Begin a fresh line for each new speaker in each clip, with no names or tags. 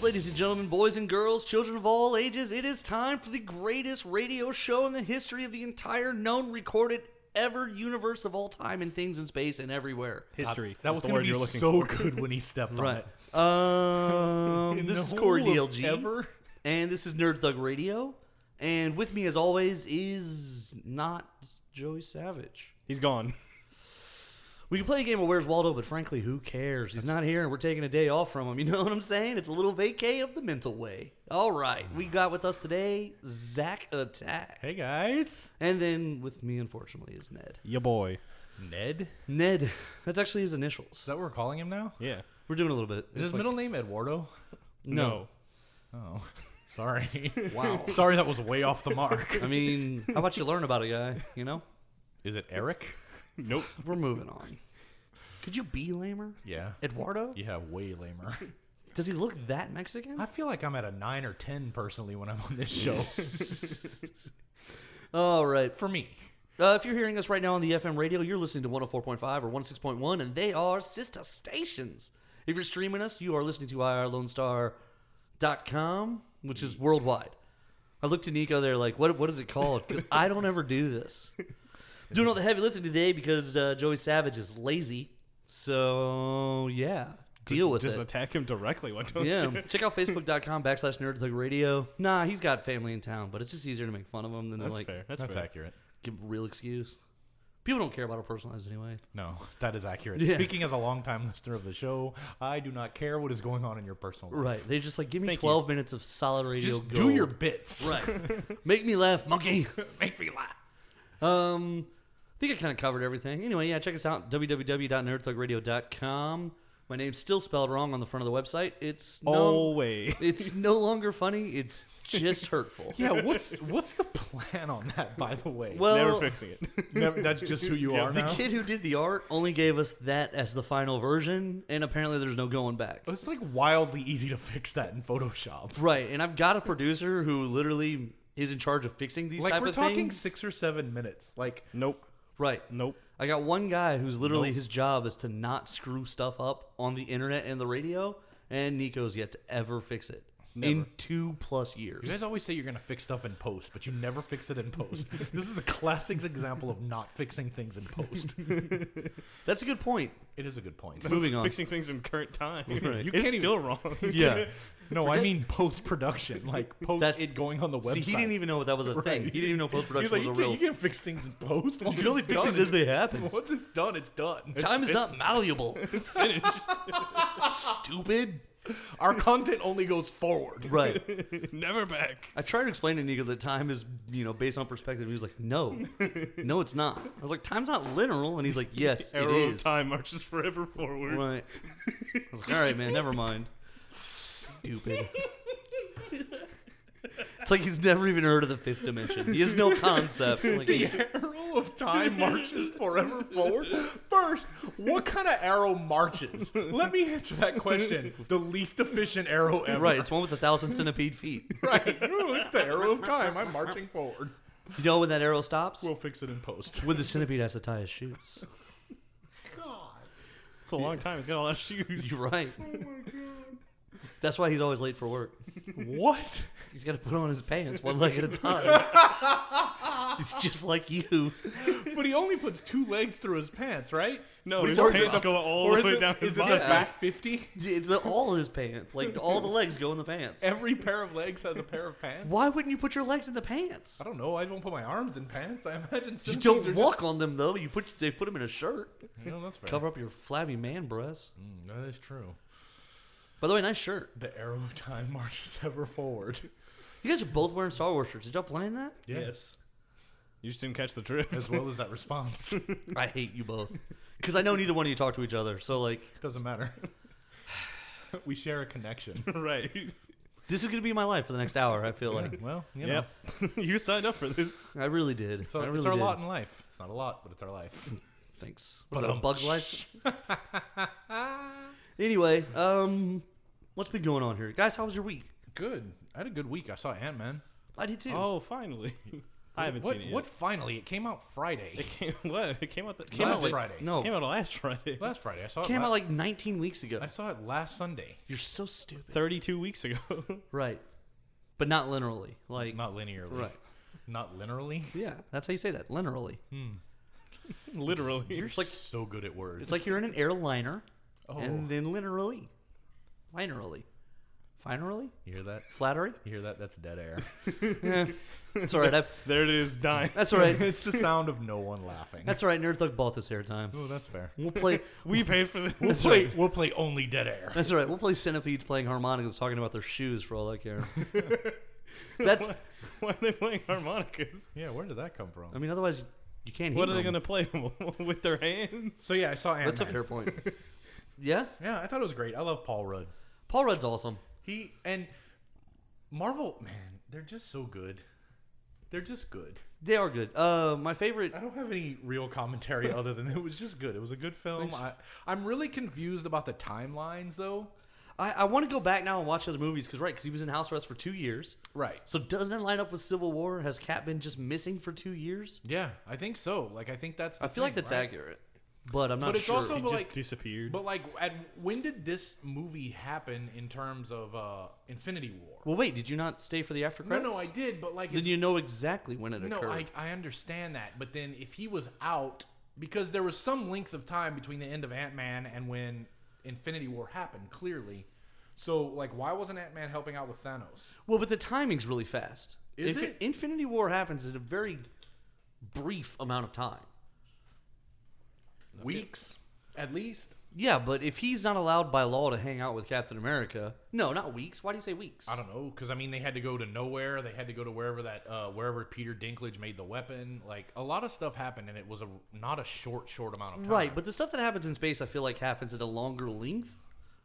Ladies and gentlemen, boys and girls, children of all ages, it is time for the greatest radio show in the history of the entire known recorded ever universe of all time and things in space and everywhere. Uh,
History.
That was
the
going to
word
be
you're looking
so
for.
good when he stepped on it.
Um,
In
this
the
is Corey
whole of
DLG.
ever?
And this is Nerd Thug Radio. And with me, as always, is not Joey Savage.
He's gone.
We can play a game of Where's Waldo, but frankly, who cares? He's not here, and we're taking a day off from him. You know what I'm saying? It's a little vacay of the mental way. All right, we got with us today Zach Attack,
Hey guys,
and then with me, unfortunately, is Ned.
Your boy.
Ned.
Ned, that's actually his
Is
initials.
that what we're calling him now?
Yeah.
We're doing a little bit.
Is his
It's like-
middle name Eduardo?
no.
Oh, sorry.
Wow.
sorry, that was way off the mark.
I mean, how about you learn about a guy? You know,
Is it Eric?
Nope.
we're moving on. Could you be lamer,
Yeah.
Eduardo?
Yeah, way lamer.
Does he look that Mexican?
I feel like I'm at a nine or ten personally when I'm on this show.
All right.
For me,
Uh, if you're hearing us right now on the FM radio, you're listening to 104.5 or 106.1, and they are sister stations. If you're streaming us, you are listening to irlonestar.com, which is worldwide. I looked to Nico there, like, what, what is it called? Because I don't ever do this. Doing all the heavy lifting today because uh, Joey Savage is lazy. So, yeah, deal with
Just
it.
attack him directly. Why don't
yeah,
you?
check out facebook.com backslash nerdthug radio. Nah, he's got family in town, but it's just easier to make fun of him than to
That's
like
fair. That's,
that's
fair.
accurate.
give a real excuse. People don't care about our personal lives anyway.
No, that is accurate.
Yeah.
Speaking as a longtime listener of the show, I do not care what is going on in your personal life.
Right. They just like give me
Thank you.
12 minutes of solid radio
Just do
gold.
your bits.
right. Make me laugh, monkey.
Make me laugh.
Um I think I kind of covered everything. Anyway, yeah, check us out www.nerdthugradio.com. My name's still spelled wrong on the front of the website. It's no
Always.
It's no longer funny. It's just hurtful.
Yeah, what's what's the plan on that? By the way,
Well,
Never fixing it.
Never- that's just who you
Yeah,
are
the
now.
kid who did the art only gave us that as the final version, and apparently there's no going back.
It's like wildly easy to fix that in Photoshop.
Right, and I've got a producer who literally is in charge of fixing these
Like
type
we're
of
talking
things.
six or seven minutes. Like
nope.
right.
Nope.
I got one guy who's literally his job is to not screw stuff up on the internet and the radio, and Nico's yet to ever fix it in
Never.
two plus years.
you guys always say you're gonna fix stuff in post, but you never fix it in post. this is a classic example of not fixing things in post.
That's a good point.
it is a good point.
Moving on.
Fixing things in current time.
Right.
You
You
it's
can't even-
still wrong.
Yeah.
No, I mean post production, like post
That's-
it going on the website.
See, he didn't even know that was a thing.
Right.
He didn't even know post
He's
production was
like, you,
a
can't,
real.
you can't fix things in post.
You can only fix things as they happen.
Once it's done, it's done.
Time is not malleable.
Finished.
Stupid.
Our content only goes forward.
Right.
Never back.
I tried to explain to Nico that time is, you know, based on perspective. He was like, no, no, it's not. I was like, time's not linear. And he's like, yes, it
Arrow of
is.
time marches forever forward.
Right. I was like, all right, man, never mind. Stupid. It's like he's never even heard of the fifth dimension. He has no concept. Like, he-
The arrow of time marches forever forward. First, what kind of arrow marches? Let me answer that question. The least efficient arrow ever.
right, it's one with a thousand centipede feet.
Right. Look, the arrow of time. I'm marching forward.
You know when that arrow stops?
We'll fix it in post.
When the centipede has to tie his shoes.
It's a long time. He's got a lot of shoes.
You're right. That's why he's always late for work.
What?
He's got to put on his pants one leg at a time. It's just like you.
But he only puts two legs through his pants, right?
No,
Or
his
is it
pants
the-
go all
or
the
is
way
it-
down his
Is it the
body.
back 50?
It's the- all his pants. Like all the legs go in the pants.
Every pair of legs has a pair of pants.
Why wouldn't you put your legs in the pants?
I don't know. I don't put my arms in pants. I imagine
You
some things
don't
are
walk on them though. You put they put them in a shirt.
Just, no, that's fair.
Cover up your flabby man breasts.
Mm, that is true.
By the way, nice shirt.
The arrow of time marches ever forward.
You guys are both wearing Star Wars shirts. Did y'all plan that?
Yes. You just didn't catch the drift.
As well as that response.
I hate you both because I know neither one of you talk to each other. So like,
Doesn't matter. we share a connection.
right.
this is gonna be my life for the next hour. I feel like
Well, you know.
Yep. you signed up for this.
I really did.
It's our,
I really
it's our
did.
lot in life. It's not a lot, but it's our life.
Thanks. Was
But,
it a
um,
bug's life? anyway, um, what's been going on here, guys? How was your week?
Good. I had a good week. I saw Ant Man.
I did too.
Oh, finally. I haven't
what,
seen it
What
yet.
finally? It came out Friday.
It came, what? It came out. The, came
Last
out like,
Friday.
No,
Came out last Friday.
Last Friday. I saw it.
came
la-
out like 19 weeks ago.
I saw it last Sunday.
You're so stupid.
Thirty-two weeks ago.
Right, but not linearly. Like
Not linearly.
right.
Not linearly.
Yeah, that's how you say that. Linearly.
Literally.
It's like
so good at words.
it's like you're in an airliner,
oh,
and then linearly, linearly, finerally,
you hear that?
flattery.
You hear that? That's dead air.
That's all right. I,
there it is, dying.
that's all right.
it's the sound of no one laughing.
That's all right. Nerd Thug bought this hair time.
oh, that's fair.
We'll play.
We paid for this.
We'll play. We'll play only dead air.
That's all right. We'll play centipedes playing harmonicas, talking about their shoes for all I care. That's.
why, why are they playing harmonicas?
Yeah, where did that come from?
I mean, otherwise you, you can't.
What
hear
are they
them.
going to play with their hands?
So yeah, I saw Ant
That's a fair point. yeah,
Yeah, I thought it was great. I love Paul Rudd.
Paul Rudd's awesome.
He and Marvel, man, they're just so good. They're just good.
They are good. Uh, my favorite.
I don't have any real commentary other than it was just good. It was a good film. I, I'm really confused about the timelines, though.
I, I want to go back now and watch other movies because right, because he was in house arrest for two years.
Right.
So does that line up with Civil War? Has Cap been just missing for two years?
Yeah, I think so. Like, I think that's. The
I feel like
thing,
that's
right?
accurate, but I'm not
But it's
sure.
also
He
but
just
like,
disappeared.
but like, at, when did this movie happen in terms of uh, Infinity War?
well, wait, did you not stay for the after
No,
credits?
no, I did, but like,
Then
it's
you know exactly when it
No,
occurred.
I, I understand that. But then if he was out, because there was some length of time between the end of Ant Man and when Infinity War happened, clearly. So, like, why wasn't Ant Man helping out with Thanos?
Well, but the timing's really fast.
Is
Infi-
it?
Infinity War happens in a very brief amount of time.
Weeks, at least.
Yeah, but if he's not allowed by law to hang out with Captain America, no, not weeks. Why do you say weeks?
I don't know, because I mean, they had to go to nowhere. They had to go to wherever that, uh, wherever Peter Dinklage made the weapon. Like, a lot of stuff happened, and it was a not a short, short amount of time.
Right, but the stuff that happens in space, I feel like happens at a longer length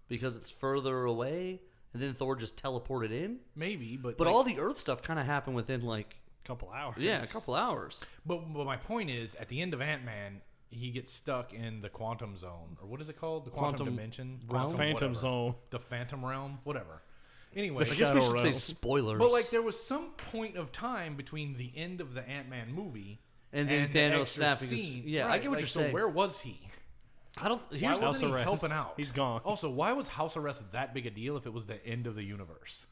because it's further away, and then Thor just teleported in.
maybe, but
But
like-
all the Earth stuff kind of happened within like
couple hours.
yeah, a couple hours.
But, but my point is, at the end of Ant Man, he gets stuck in the quantum zone, or what is it called? The quantum,
Quantum
dimension,
Realm?
Quantum
Phantom
whatever.
zone.
the phantom realm, whatever. Anyway,
I guess we
Shadow
should say
Realm.
spoilers.
but like there was some point of time between the end of the Ant Man movie
And then
the
Thanos
extra
snapping his-
Scene.
yeah, I
Right,
get what
like,
you're
so
saying.
Where was he?
I don't.
Why
Here's
wasn't
the,
house
he
arrest?
helping out?
He's gone.
Also, why was house arrest that big a deal if it was the end of the universe?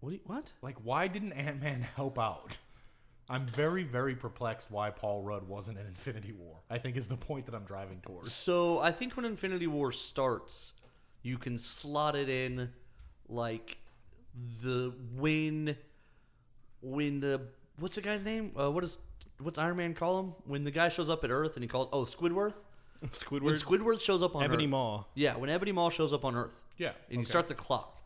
what, do you- what?
Like, why didn't Ant Man help out? I'm very, very perplexed why Paul Rudd wasn't in Infinity War. I think is the point that I'm driving towards.
So I think when Infinity War starts, you can slot it in like the when when the what's the guy's name? Uh, what is what's Iron Man call him when the guy shows up at Earth and he calls oh Squidworth when
Squidward.
Squidworth shows up on
Ebony
Earth.
Maw.
Yeah, when Ebony Maw shows up on Earth.
Yeah,
and you
okay.
start the clock.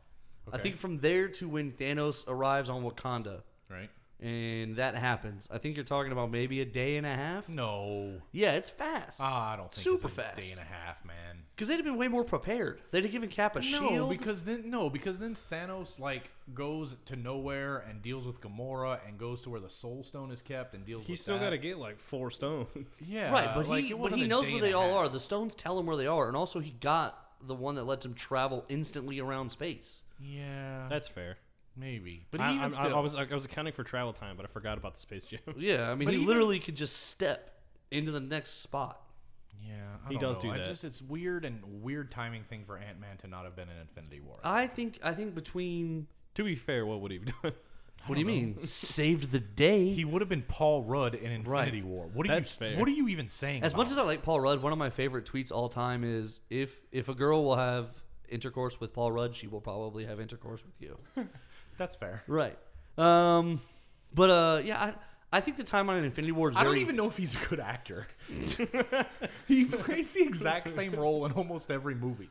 I
Okay.
think from there to when Thanos arrives on Wakanda,
Right?
and that happens. I think you're talking about maybe a day and a half.
No,
Yeah, it's fast.
Ah, I don't think
Super
it's a
fast.
Day and a half, man.
Because they'd have been way more prepared. They'd have given Cap a
No,
E
shield.
because then no, because then Thanos like goes to nowhere and deals with Gamora and goes to where the Soul Stone is kept and deals.
He's
with
still
that.
got to get like four stones.
Yeah,
right, but
like,
he
it
but
wasn't
he
a
knows
day
where
and a
they all
half.
are. The stones tell him where they are, and also he got the one that lets him travel instantly around space.
Yeah,
That's fair.
maybe. But
I,
even
I'm- I- I
still,
was I was accounting for travel time, but I forgot about the space jam.
Yeah, I mean,
But
he
even-
literally could just step into the next spot.
yeah, I
He
don't
does
know.
do
I
that.
just it's weird and weird timing thing for Ant Man to not have been in Infinity War.
I think. I think between.
to be fair, what would he have done?
What do you mean? Saved the day.
he would have been Paul Rudd in Infinity War. What are
That's
you?
fair.
What are you even saying?
As much
about
as I like Paul Rudd, one of my favorite tweets all time is if if a girl will have intercourse with Paul Rudd, she will probably have intercourse with you.
it? that's fair.
right. Um, but uh, yeah, I I think the timeline in Infinity War is
I
very
don't even know if he's a good actor. he plays the exact same role in almost every movie.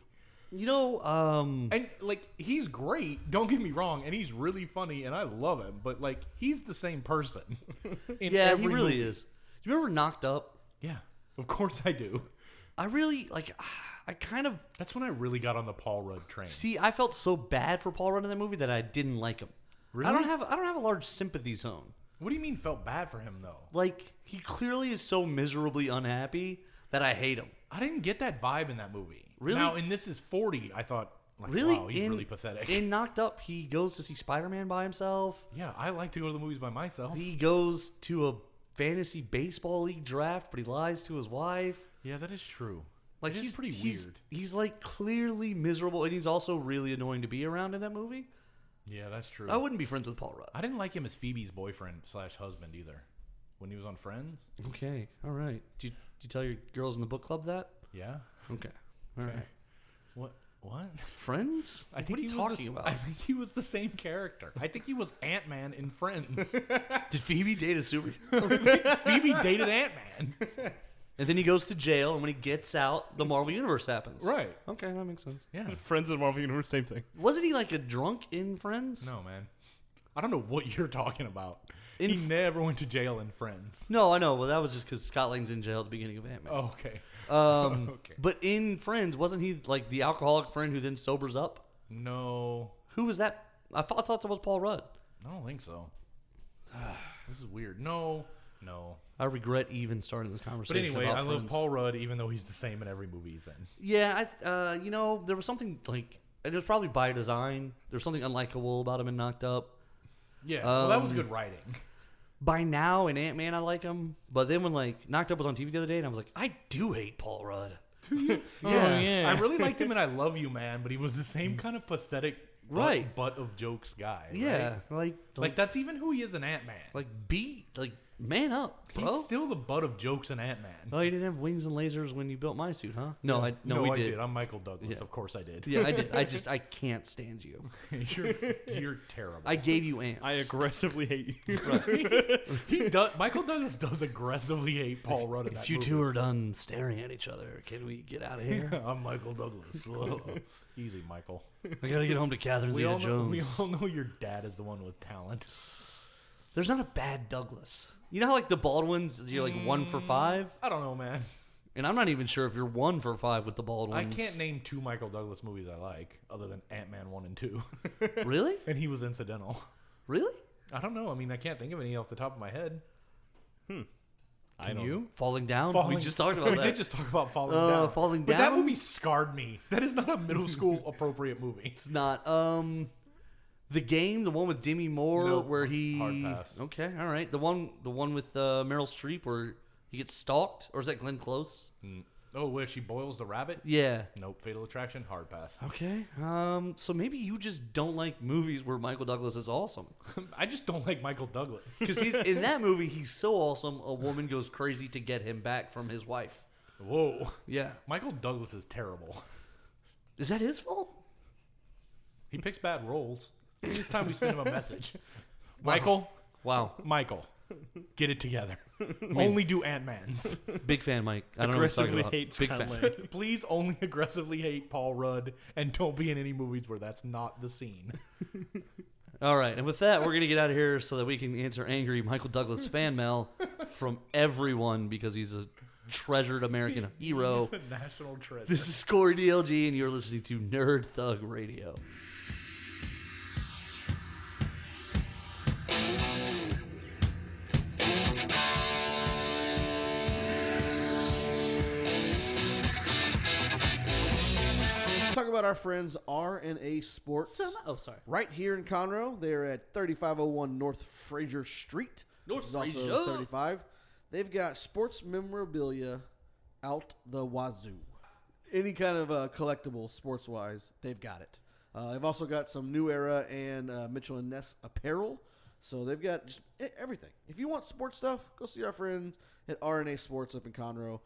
you know um
And like he's great, don't get me wrong, and he's really funny and I love him, but like he's the same person. in
yeah he
every
really
movie.
is. Do you remember Knocked Up?
Yeah. Of course I do.
I really like. I kind of
That's when I really got on the Paul Rudd train.
see. I felt so bad for Paul Rudd in that movie that I didn't like him. I
Really?
don't have I don't have a large sympathy zone.
What do you mean felt bad for him though?
Like he clearly is so miserably unhappy that I hate him.
I didn't get that vibe in that movie.
Really?
Now, and this is 40, I thought, Like,
really,
wow, he's
in,
really pathetic.
In Knocked Up, he goes to see Spider Man by himself.
yeah, I like to go to the movies by myself.
He goes to a fantasy baseball league draft, but he lies to his wife.
Yeah, that is true.
Like
It is
he's
pretty
he's-
weird.
He's like clearly miserable, and he's also really annoying to be around in that movie.
Yeah, that's true.
I wouldn't be friends with Paul Rudd.
I didn't like him as Phoebe's boyfriend slash husband either. When he was on Friends.
Okay, all right. Do you, do you tell your girls in the book club that?
Yeah.
Okay, all right.
Okay. What? What?
Friends?
I think
what are you
he was the
talking
s-
about?
I think he was the same character. I think he was Ant Man in Friends.
Did Phoebe date a superhero?
Phoebe dated Ant Man.
And then he goes to jail, and when he gets out, the Marvel Universe happens.
Right.
Okay, that makes sense.
Yeah.
Friends of the Marvel Universe, same thing.
Wasn't he like a drunk in Friends?
No, man. I don't know what you're talking about.
In
he
f-
never went to jail in Friends.
No, I know. Well, that was just because Scott Lang's in jail at the beginning of Ant Man.
Oh, okay.
Um,
Okay.
But in Friends, wasn't he like the alcoholic friend who then sobers up?
No.
Who was that? I thought, I thought that was Paul Rudd.
I don't think so. this is weird. No. No.
I regret even starting this
But
conversation.
anyway,
about
I love
Friends.
Paul Rudd, even though he's the same in every movie he's in.
Yeah, I, uh, you know, there was something like, and it was probably by design. There was something unlikable about him in Knocked Up.
Yeah. well, that was
Um,
good writing.
By now, in Ant Man, I like him. But then when like Knocked Up was on TV the other day, and I was like, I do hate Paul Rudd. Oh,
Yeah. yeah.
I really liked him and I Love You Man, but he was the same kind of pathetic butt,
Right.
butt of jokes guy. right?
Yeah, like like
Like that's even who he is in Ant Man.
like be like man up,
He's
bro.
still the butt of jokes in Ant Man.
oh, you didn't have wings and lasers when you built my suit, huh? No, I no, we
I
did.
I'm Michael Douglas.
Yeah.
Of course I did.
yeah, I did. I just I can't stand you.
you're, you're terrible.
I gave you ants.
I aggressively hate you.
he does, Michael Douglas does aggressively hate Paul Rudd. In
If
that
you
movie.
two are done staring at each other, can we get out of here?
I'm Michael Douglas. Whoa. Easy, Michael.
I gotta get home to Catherine
We all,
Zeta
know, we
Jones.
all know your dad is the one with talent.
There's not a bad Douglas. You know how like the Baldwins, you're like one for five,
I don't know, man.
and I'm not even sure if you're one for five with the
I
Baldwins.
can't name two Michael Douglas movies I like other than Ant Man one and two,
Really,
and he was incidental.
really?
I don't know. I mean, I can't think of any off the top of my head.
I
Can
don't-
you?
Falling down.
Falling-
We just talked about
we
that.
did just talk about falling
Uh,
down.
Falling
But that
Down?
movie scarred me. That is not a middle school appropriate movie.
It's not. Um, the game, the one with Demi Moore,
Nope.
where he
Hard pass.
okay, all right, the one, the one with uh, Meryl Streep, where he gets stalked, or is that Glenn Close?
Oh, where she boils the rabbit?
Yeah.
Nope. Fatal Attraction. Hard pass.
Okay. Um. So maybe you just don't like movies where Michael Douglas is awesome,
I just don't like Michael Douglas.
because he's in that movie. He's so awesome. A woman goes crazy to get him back from his wife.
Whoa.
Yeah.
Michael Douglas is terrible.
Is that his fault?
He picks bad roles. This time we send him a message. Michael,
Wow.
Michael, get it together. Only do Ant Man's.
Big fan, Mike. I don't know what
Aggressively
you're talking
hate
about. Big fan.
Scott Lang.
Please only aggressively hate Paul Rudd and don't be in any movies where that's not the scene.
All right, and with that, we're gonna get out of here so that we can answer angry Michael Douglas fan mail from everyone because he's a treasured American hero.
It's a national treasure.
This is Corey DLG, and you're listening to Nerd Thug Radio.
Talk about our friends R&A Sports.
So, oh, sorry.
right here in Conroe. They're at 3501 North Fraser Street.
North
which is also
Fraser.
75. They've got sports memorabilia out the wazoo. Any kind of uh, collectible sports wise, they've got it. Uh, they've also got some New Era and uh, Mitchell and Ness apparel. So they've got just e- everything. If you want sports stuff, go see our friends at RNA Sports up in Conroe.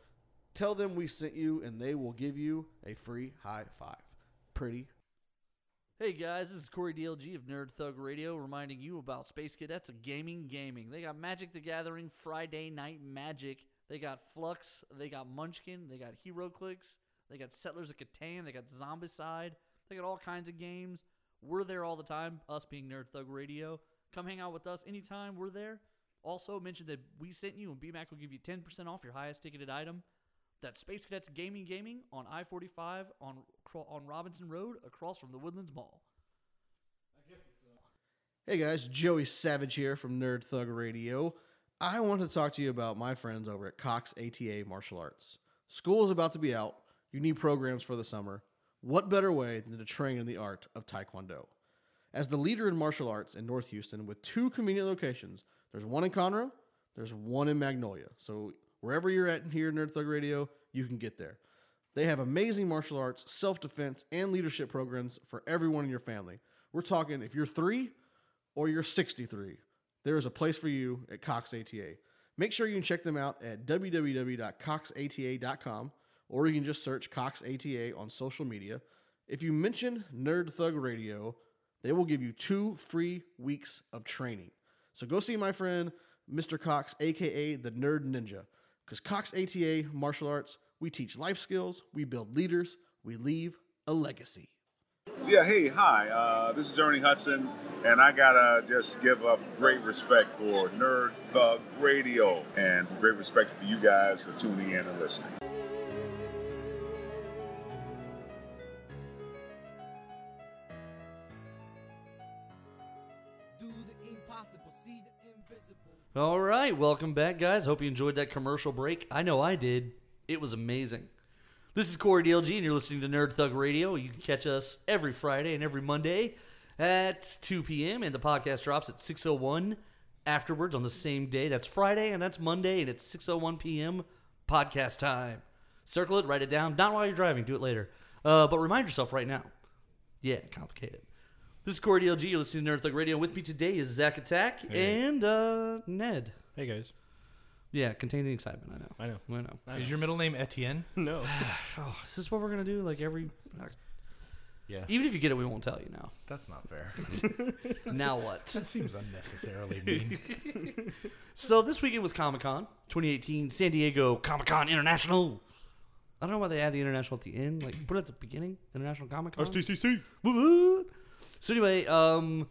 Tell them we sent you, and they will give you a free high five. Pretty
Hey guys, this is Corey DLG of Nerd Thug Radio reminding you about Space Cadets Gaming Gaming. They got Magic the Gathering Friday Night Magic. They got Flux. They got Munchkin. They got Hero Clicks. They got Settlers of Catan. They got Zombicide. They got all kinds of games. We're there all the time, us being Nerd Thug Radio. Come hang out with us anytime. We're there. Also, mention that we sent you, and BMAC will give you 10% off your highest ticketed item. That's Space Cadets Gaming Gaming on I 45 on, on Robinson Road across from the Woodlands Mall.
Hey guys, Joey Savage here from Nerd Thug Radio. I want to talk to you about my friends over at Cox ATA Martial Arts. School is about to be out. You need programs for the summer. What better way than to train in the art of Taekwondo? As the leader in martial arts in North Houston with two convenient locations, there's one in Conroe, there's one in Magnolia. So wherever you're at here, Nerd Thug Radio, you can get there. They have amazing martial arts, self defense, and leadership programs for everyone in your family. We're talking if you're three or you're 63, there is a place for you at Cox ATA. Make sure you can check them out at www.coxata.com or you can just search Cox ATA on social media. If you mention Nerd Thug Radio, they will give you two free weeks of training. So go see my friend, Mr. Cox, aka the Nerd Ninja. Because Cox ATA Martial Arts, we teach life skills, we build leaders, we leave a legacy.
Yeah, hey, hi. Uh, this is Ernie Hudson, and I gotta just give up great respect for Nerd Thug Radio and great respect for you guys for tuning in and listening.
Do the impossible, see the invisible.
All right, welcome back, guys. Hope you enjoyed that commercial break. I know I did. It was amazing. This is Corey DLG, and you're listening to Nerd Thug Radio. You can catch us every Friday and every Monday at 2 p.m., and the podcast drops at 6.01 afterwards on the same day. That's Friday, and that's Monday, and it's 6.01 p.m. podcast time. Circle it, write it down. Not while you're driving. Do it later. Uh, but remind yourself right now. Yeah, complicated. This is Corey DLG. You're listening to Nerd Thug Radio. With me today is Zach Attack and uh, Ned.
Hey guys.
Yeah, contain the excitement. I know.
I know.
I know.
Is your middle name Etienne?
No.
Oh, is this what we're gonna do? Like every,
yes.
even if you get it, we won't tell you now.
That's not fair.
Now what?
That seems unnecessarily mean.
so this weekend was Comic Con 2018, San Diego Comic Con International. I don't know why they add the international at the end. Like put it at the beginning, International Comic Con.
STCC.
Woot woot. So anyway, um,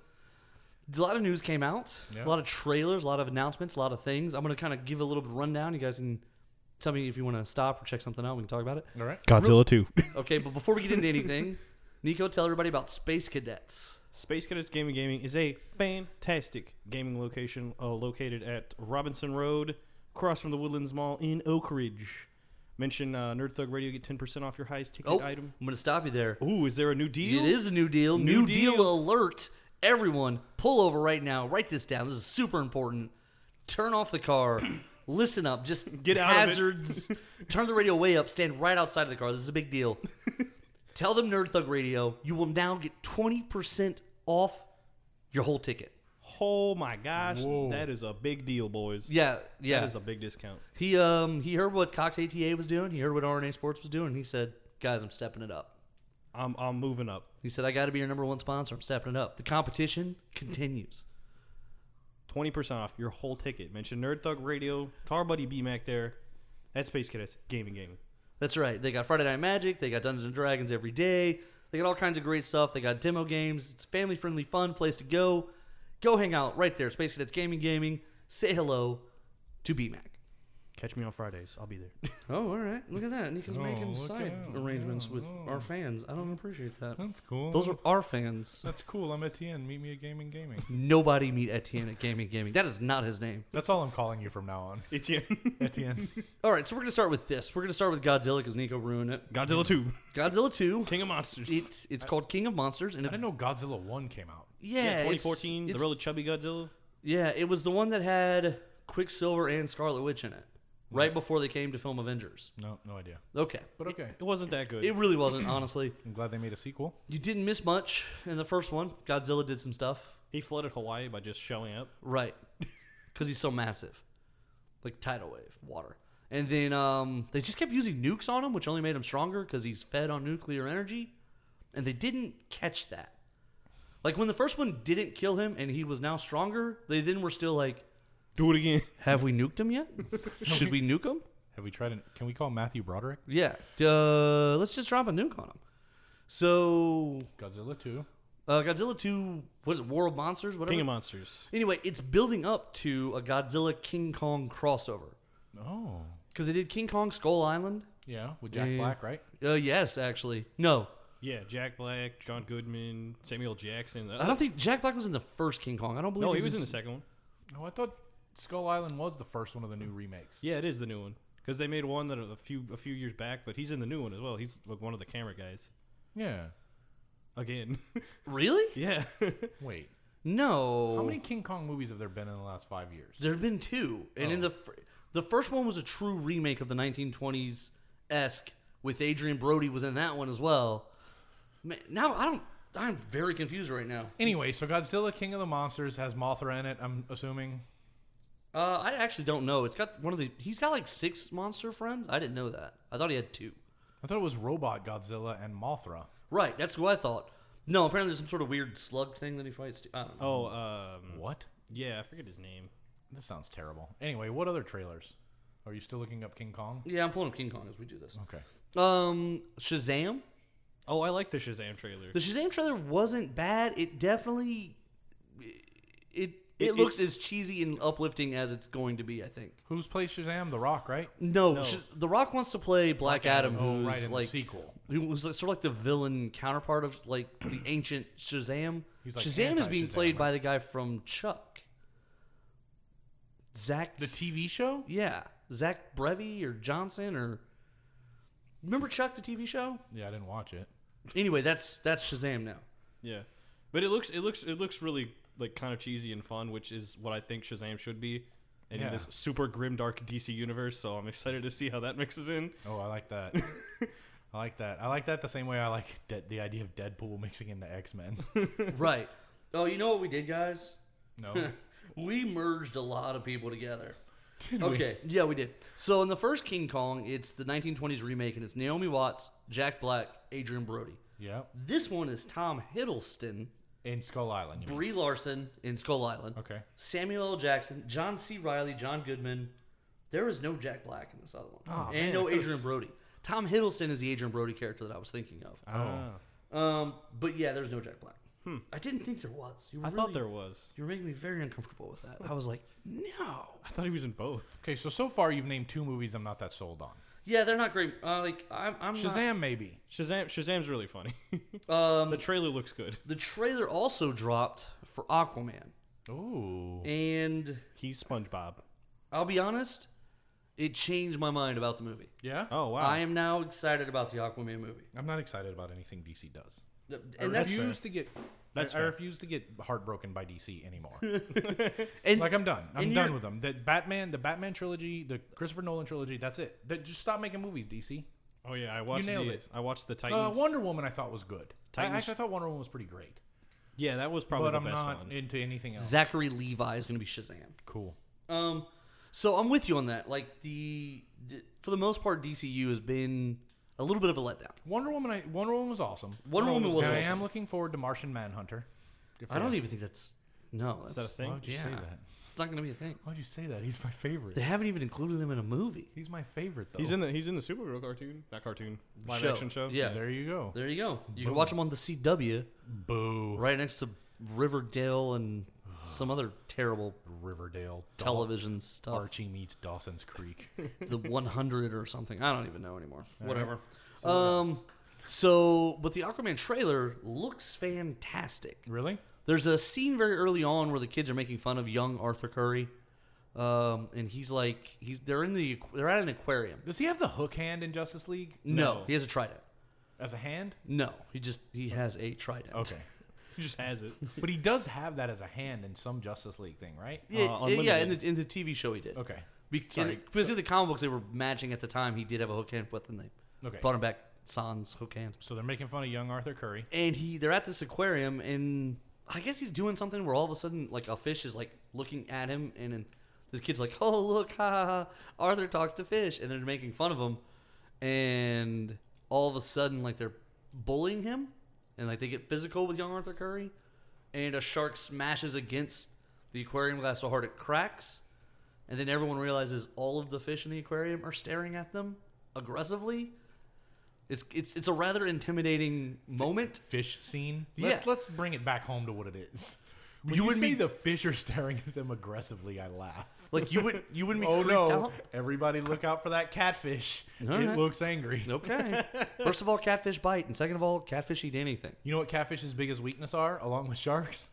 a lot of news came out, a lot of trailers, a lot of announcements, a lot of things. I'm gonna kind of give a little bit of rundown. You guys can tell me if you want to stop or check something out. We can talk about it.
All right.
Godzilla 2.
Okay, but before we get into anything, Nico, tell everybody about Space Cadets.
Space Cadets Gaming Gaming is a fantastic gaming location uh, located at Robinson Road, across from the Woodlands Mall in Oak Ridge. Mention uh, Nerd Thug Radio, get 10% off your highest ticket
Oh,
item.
I'm gonna stop you there.
Ooh, is there a new deal?
It is a new deal. New,
New
deal.
deal.
alert. Everyone, pull over right now. Write this down. This is super important. Turn off the car. Listen up. Just
Get out of it.
hazards. Turn the radio way up. Stand right outside of the car. This is a big deal. Tell them Nerd Thug Radio. You will now get 20% off your whole ticket.
Oh my gosh, that is a big deal, boys.
Yeah, yeah.
That is a big discount.
He um he heard what Cox ATA was doing. He heard what RNA Sports was doing. And he said, "Guys, I'm stepping it up."
I'm, I'm moving up.
He said, "I got to be your number one sponsor. I'm stepping it up." The competition continues.
20% off your whole ticket. Mention Nerd Thug Radio, Tar Buddy B Mac there. That's Space Cadets Gaming Gaming.
That's right. They got Friday Night Magic. They got Dungeons and Dragons every day. They got all kinds of great stuff. They got demo games. It's a family friendly, fun place to go. Go hang out right there. Space Cadets Gaming Gaming. Say hello to BMAC.
Catch me on Fridays. I'll be there.
Oh, all right. Look at that. Nico's making
Oh, look
side
out.
arrangements with our fans. I don't appreciate that.
oh. That's cool.
Those are our fans.
That's cool. I'm Etienne. Meet me at Gaming Gaming.
Nobody meet Etienne at Gaming Gaming. That is not his name.
That's all I'm calling you from now on.
Etienne.
Etienne.
All right, so we're going to start with this. We're going to start with Godzilla because Nico ruined it.
Godzilla 2.
Godzilla 2.
King of Monsters.
It's, it's called King of Monsters. and
I
it's,
didn't know Godzilla 1 came out.
Yeah,
Yeah,
it's-
2014,
it's
the really chubby Godzilla.
Yeah, it was the one that had Quicksilver and Scarlet Witch in it, right before they came to film Avengers.
No, no idea.
Okay,
But okay.
It wasn't that good.
it really wasn't honestly.
I'm glad they made a sequel.
You didn't miss much in the first one. Godzilla did some stuff,
he flooded Hawaii by just showing up.
right? Because he's so massive, like tidal wave water. And then um, they just kept using nukes on him, which only made him stronger because he's fed on nuclear energy. And they didn't catch that. Like when the first one didn't kill him and he was now stronger, they then were still like,
Do it again.
"Have we nuked him yet? Should we nuke him?"
Have we tried it? Can we call Matthew Broderick?
Yeah. Uh, let's just drop a nuke on him. So,
Godzilla 2.
uh, Godzilla 2, what is it, War of Monsters? Whatever.
King of Monsters.
anyway, it's building up to a Godzilla King Kong crossover.
Oh.
Because they did King Kong Skull Island.
Yeah, with Jack
Yeah.
Black, right?
Uh, yes, actually. No.
Yeah, Jack Black, John Goodman, Samuel Jackson.
I don't think Jack Black was in the first King Kong. I don't believe
no,
he's
he was in the second one.
Oh, I thought Skull Island was the first one of the new remakes.
Yeah, it is the new one because they made one that a few a few years back, but he's in the new one as well. He's like one of the camera guys.
Yeah.
again.
Really?
yeah.
Wait.
No.
How many King Kong movies have there been in the last five years?
There've been two, and in the fir- the first one was a true remake of the 1920s esque with Adrian Brody was in that one as well. Man, now I don't. I'm very confused right now.
Anyway, so Godzilla King of the Monsters has Mothra in it, I'm assuming.
Uh, I actually don't know. It's got one of the. He's got like six monster friends. I didn't know that. I thought he had two.
I thought it was Robot Godzilla and Mothra.
Right, that's who I thought. No, apparently there's some sort of weird slug thing that he fights. too. I don't know.
Oh, um,
What?
yeah, I forget his name.
This sounds terrible. Anyway, what other trailers? Are you still looking up King Kong?
Yeah, I'm pulling up King Kong as we do this.
Okay.
Um, Shazam.
Oh, I like the Shazam trailer.
The Shazam trailer wasn't bad. It definitely it it,
It-
looks as cheesy and uplifting as it's going to be. I think.
Who's plays Shazam? The Rock, right?
No, Sh- The Rock wants to play Black, Adam,
Oh,
who's
right, in
like
the sequel.
who was like, sort of like the villain counterpart of like the ancient Shazam.
He's like
Shazam is being
anti-Shazam,
played
right?
by the guy from Chuck. Zach,
The TV show?
yeah, Zach Brevy or Johnson or remember Chuck the TV show?
Yeah, I didn't watch it.
Anyway, that's that's Shazam now.
Yeah, but it looks it looks it looks really like kind of cheesy and fun, which is what I think Shazam should be. And
Yeah.
in this super grim dark DC universe, so I'm excited to see how that mixes in.
Oh, I like that. I like that. I like that the same way I like de- the idea of Deadpool mixing into X Men.
right. Oh, you know what we did, guys?
No.
we merged a lot of people together. okay, yeah, we did. So in the first King Kong, it's the 1920s remake, and it's Naomi Watts, Jack Black, Adrian Brody.
yep.
This one is Tom Hiddleston,
In Skull Island. You mean.
Brie Larson in Skull Island,
Okay.
Samuel L. Jackson, John C. Riley, John Goodman. There is no Jack Black in this other one, and
Aw, Oh, man,
no
I could've
Adrian
s-
Brody. Tom Hiddleston is the Adrian Brody character that I was thinking of.
Uh,
Oh.
Ah.
Um, but yeah, there's no Jack Black. I didn't think there was. You
Hmm. I
really-
thought there was.
You were making me very uncomfortable with that. I was like, no.
I thought he was in both.
Okay, so so far you've named two movies I'm not that sold on.
Yeah, they're not great. Uh, like I'm, I'm
Shazam, maybe.
Shazam Shazam's really funny.
Not, um,
the trailer looks good.
the trailer also dropped for Aquaman,
Ooh.
and
He's SpongeBob.
I'll be honest, it changed my mind about the movie.
Yeah.
Oh wow.
I am now excited about the Aquaman movie.
I'm not excited about anything DC does.
Th-
I
And that's
refuse to get.
That's
I, I
fair.
refuse to get heartbroken by DC anymore.
and
like I'm done. I'm
and
done
you're-
with them. The Batman, the Batman trilogy, the Christopher Nolan trilogy. That's it. That- just stop making movies, DC.
oh yeah, I watched
nailed
the,
it.
I watched the Titans.
Uh, Wonder Woman, I thought was good. I,
Titans-
actually, I thought Wonder Woman was pretty great,
Yeah, that was probably
but
the
I'm
best
not
one.
into anything else.
Zachary Levi is going to be Shazam.
Cool.
Um, so I'm with you on that. Like the, d for the most part, DCU has been a little bit of a letdown.
Wonder Woman. I, Wonder Woman was awesome.
Wonder Woman was
good. I
awesome.
am looking forward to Martian Manhunter.
I don't even think that's no. That's,
that a thing?
Why would you say
yeah.
that?
It's not going to be a thing.
Why'd you say that? He's my favorite.
They haven't even included him in a movie.
He's my favorite though.
he's in the he's in the Supergirl cartoon, not cartoon, live
Show.
action show.
Yeah.
There you go.
There you go. You can watch them on the CW,
Boo.
right next to Riverdale and some other terrible
Riverdale.
television stuff.
Archie meets Dawson's Creek.
The 100 or something. I don't even know anymore. Whatever. um, so, but the Aquaman trailer looks fantastic.
really?
There's a scene very early on where the kids are making fun of young Arthur Curry, um, and he's like, he's they're in the aqu- they're at an aquarium.
Does he have the hook hand in Justice League?
No, he has a trident.
As a hand?
No, he just he has a trident.
Okay.
He just has it.
but he does have that as a hand in some Justice League thing, right?
Yeah,
Uh,
yeah. In
unlimited.
the in the TV show, he did.
Okay.
Be- in the, because in the comic books they were matching at the time, he did have a hook hand, but then they
Okay.
brought him back Sans hook hand.
So they're making fun of young Arthur Curry.
And he, they're at this aquarium, and I guess he's doing something where all of a sudden, like a fish is like looking at him, and then this kid's like, "Oh look, ha ha ha!" Arthur talks to fish, and they're making fun of him, and all of a sudden, like they're bullying him, and like they get physical with young Arthur Curry, and a shark smashes against the aquarium glass so hard it cracks. And then everyone realizes all of the fish in the aquarium are staring at them aggressively. It's it's it's a rather intimidating moment.
Fish scene. Let's
Yeah.
let's bring it back home to what it is. When
You
you,
and
say
me-
the fish are staring at them aggressively, I laugh.
Like you would you wouldn't be
Oh
freaked
no.
out.
Everybody look out for that catfish.
All
it
right.
looks angry.
Okay. First of all, catfish bite, and second of all, catfish eat anything.
You know what catfish's biggest weakness are, along with sharks?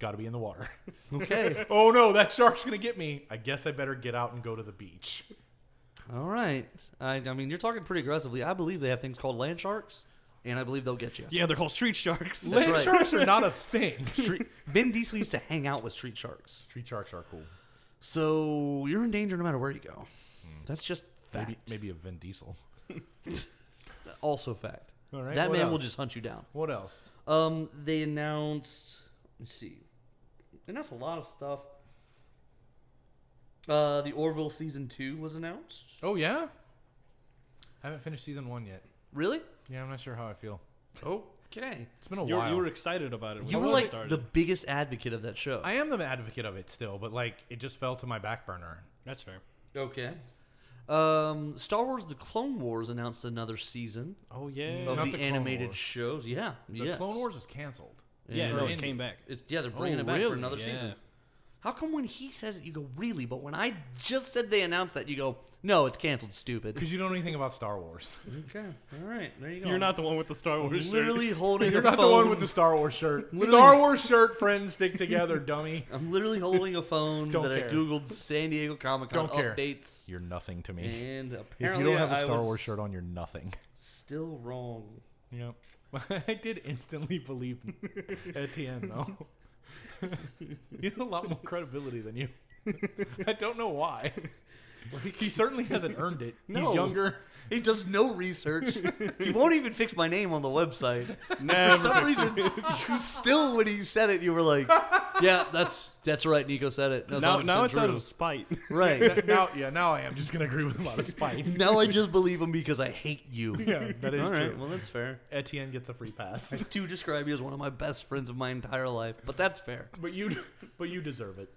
Gotta be in the water.
Okay.
oh no, that shark's gonna get me. I guess I better get out and go to the beach.
all right. I, I mean, you're talking pretty aggressively. I believe they have things called land sharks and I believe they'll get you.
Yeah, they're called street sharks.
Land
right.
sharks are not a thing.
Street, Vin Diesel used to hang out with street sharks.
Street sharks are cool.
So you're in danger no matter where you go. That's just fact.
Hmm. Maybe maybe a Vin Diesel.
Also fact.
All right,
that
what
man will
else?
just hunt you down.
What else?
Um, they announced. Let's see. They announced a lot of stuff. Uh, the Orville season two was announced.
Oh yeah. I haven't finished season one yet.
Really?
Yeah, I'm not sure how I feel.
Okay.
It's been a
You were,
while.
you were excited about it. When
You
it
were like
started.
the biggest advocate of that show.
I am the advocate of it still, but like it just fell to my back burner.
That's fair.
okay. Um, Star Wars: The Clone Wars announced another season
Oh yeah.
of
Not
the,
the Clone
animated
Wars.
shows. Yeah.
The
yes.
Clone Wars is canceled.
yeah,
And
no,
it
it came
ended.
back.
It's, yeah, they're bringing
Oh,
it back for
really?
another
yeah.
season. How come when he says it, you go really, but when I just said they announced that, you go no, it's canceled, stupid.
Because you don't know anything about Star Wars.
Okay, all right, there you go.
You're not the one with the Star Wars shirt.
literally holding
You're
a
not
phone.
the one with the Star Wars shirt.
Literally.
Star Wars shirt, friends stick together, dummy.
I'm literally holding a phone that
Don't
I
care.
googled San Diego Comic Con
Don't care.
updates,
You're nothing to me.
and
If
apparently
you don't have
I
a Star
was
Wars shirt on, you're nothing.
still wrong.
Yep. I did instantly believe Etienne, though. he has a lot more credibility than you. I don't know why. he certainly hasn't earned it.
No.
He's younger.
He does no research. he won't even fix my name on the website. For
Never.
some reason, you still, when he said it, you were like, "Yeah, that's that's right." Nico said it. That's
Now, now
100%
it's out
true.
of spite.
right.
Now, yeah, now I am just gonna agree with him out of spite.
now I just believe him because I hate you.
yeah, that is
All right,
true.
well that's fair.
Etienne gets a free pass,
To describe you as one of my best friends of my entire life, but that's fair.
but you, but you deserve it.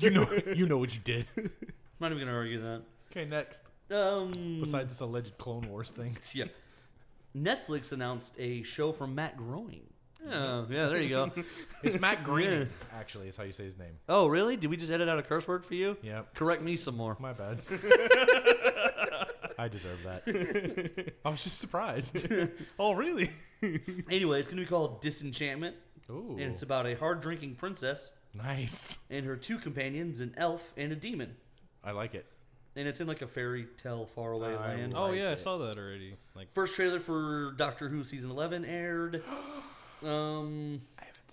You know, you know what you did.
I'm not even gonna argue that.
Okay, next.
Um,
Besides this alleged Clone Wars thing,
yeah. Netflix announced a show from Matt Groening. Oh, yeah, there you go.
it's Matt Green.
Yeah.
Actually, is how you say his name.
oh, really? Did we just edit out a curse word for you?
Yep.
Correct me some more.
My bad. I deserve that. I was just surprised.
oh really?
Anyway, it's going to be called Disenchantment,
Ooh.
and it's about a hard drinking princess
nice.
and her two companions, an elf and a demon.
I like it.
And it's in like a fairy tale faraway
I
land.
Oh
Like
yeah, I
it.
saw that already. Like
First trailer for Doctor Who season 11 aired. Um,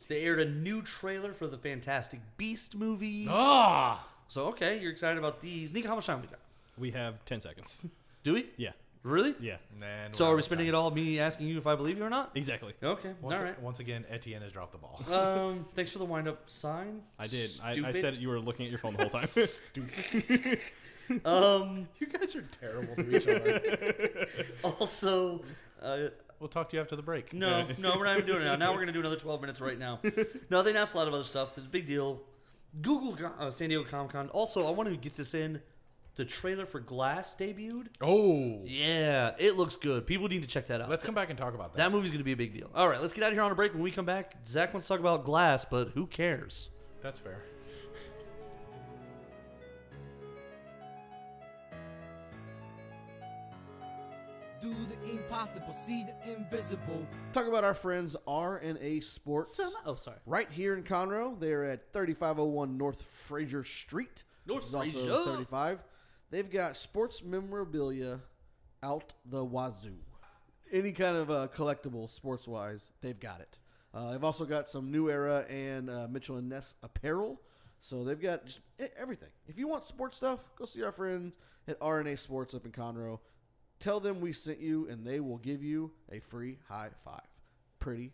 they aired a new trailer for the Fantastic Beast movie.
Oh.
Ah!
So, okay, you're excited about these. Nico, how much time we got?
we have ten seconds.
Do we?
Yeah.
Really?
Yeah.
Man,
So, are we spending it all me asking you if I believe you or not?
Exactly.
Okay, all
Once,
right.
once again, Etienne has dropped the ball.
Um, thanks for the wind up sign.
I did. I, I
Stupid.
said you were looking at your phone the whole time.
Um,
you guys are terrible to each other.
also, uh,
we'll talk to you after the break.
no, no, we're not even doing it now. Now we're gonna do another 12 minutes right now. No, they announced a lot of other stuff. It's a big deal. Google Go- uh, San Diego Comic Con. Also, I want to get this in. The trailer for Glass debuted.
Oh.
Yeah, it looks good. People need to check that out.
Let's come back and talk about that.
that movie's gonna be a big deal. All right, let's get out of here on a break. When we come back, Zach wants to talk about Glass, but who cares?
That's fair.
Do the impossible, see the invisible.
Talk about our friends R and A Sports.
oh, sorry.
Right here in Conroe, they're at 3501 North Fraser Street,
North
which is also
Fraser.
75. They've got sports memorabilia out the wazoo. Any kind of uh, collectible sports wise, they've got it. Uh, they've also got some New Era and uh, Mitchell and Ness apparel. So they've got just e- everything. If you want sports stuff, go see our friends at RNA Sports up in Conroe. Tell them we sent you, and they will give you a free high five. Pretty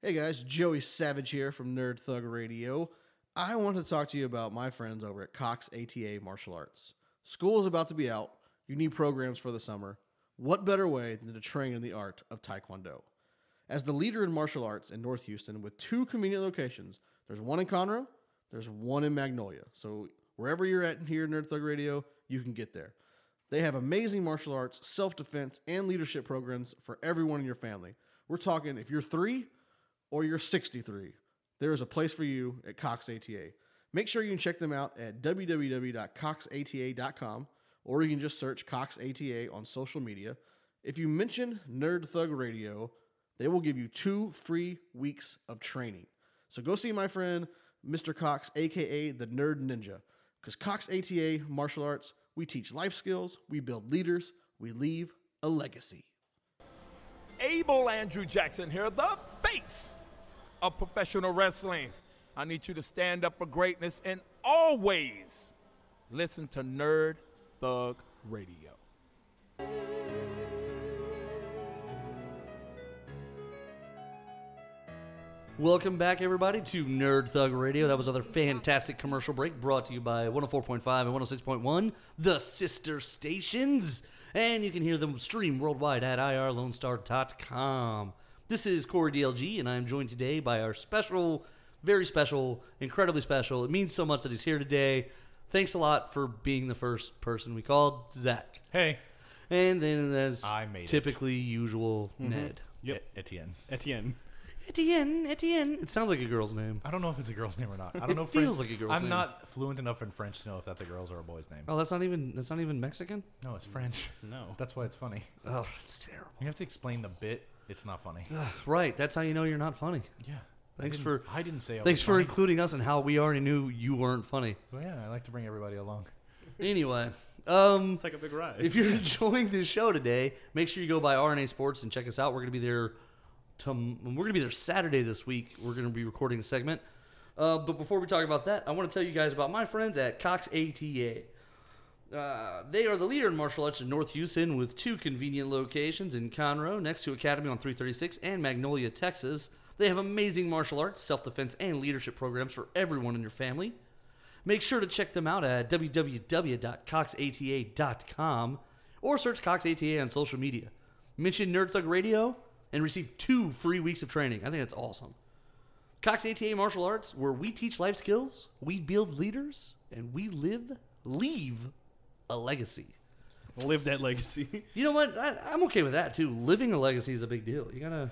Hey guys, Joey Savage here from Nerd Thug Radio. I want to talk to you about my friends over at Cox ATA Martial Arts. School is about to be out, you need programs for the summer. What better way than to train in the art of Taekwondo? As the leader in martial arts in North Houston with two convenient locations, there's one in Conroe, there's one in Magnolia. So wherever you're at here at Nerd Thug Radio, you can get there. They have amazing martial arts, self defense, and leadership programs for everyone in your family. We're talking if you're three, or you're 63, there is a place for you at Cox ATA. Make sure you can check them out at www.coxata.com or you can just search Cox ATA on social media. If you mention Nerd Thug Radio, they will give you two free weeks of training. So go see my friend, Mr. Cox, aka the Nerd Ninja, because Cox ATA Martial Arts, we teach life skills, we build leaders, we leave a legacy.
able Andrew Jackson here, the face of professional wrestling. I need you to stand up for greatness and always listen to Nerd Thug Radio.
Welcome back, everybody, to Nerd Thug Radio. That was another fantastic commercial break brought to you by 104.5 and 106.1, the sister stations. And you can hear them stream worldwide at irlonestar.com. This is Corey DLG, and I am joined today by our special, very special, incredibly special. It means so much that he's here today. Thanks a lot for being the first person we called, Zach.
Hey,
And then, as
I made it. Mm-hmm.
typically usual, Ned.
yep. E- Etienne.
Etienne.
Etienne, Etienne. It sounds like a girl's name.
I don't know if it's a girl's name or not. I don't
It
know.
feels
French.
like a girl's
I'm
name.
not fluent enough in French to know if that's a girl's or a boy's name.
Oh, that's not even that's not even Mexican.
No, it's French.
No.
That's why it's funny.
Oh, it's terrible.
You have to explain the bit. It's not funny.
Right, that's how you know you're not funny.
yeah. I
Thanks
didn't-
for
I didn't say. I was
thanks for
funny.
including us and how we already knew you weren't funny.
Well, yeah, I like to bring everybody along.
Anyway, um,
It's like a big ride.
if you're enjoying this show today, make sure you go by RNA Sports and check us out. We're gonna be there. Tom- we're gonna be there Saturday this week. We're gonna be recording a segment. Uh, but before we talk about that, I want to tell you guys about my friends at Cox ATA. Uh, they are the leader in martial arts in North Houston with two convenient locations in Conroe, next to Academy on 336 and Magnolia, Texas. They have amazing martial arts, self defense, and leadership programs for everyone in your family. Make sure to check them out at www.coxata.com or search Cox ATA on social media. Mention Nerd Thug Radio and receive two free weeks of training. I think that's awesome. Cox ATA Martial Arts, where we teach life skills, we build leaders, and we live, leave a legacy.
Live that legacy.
You know what? I, I'm okay with that too. Living a legacy is a big deal. You gotta.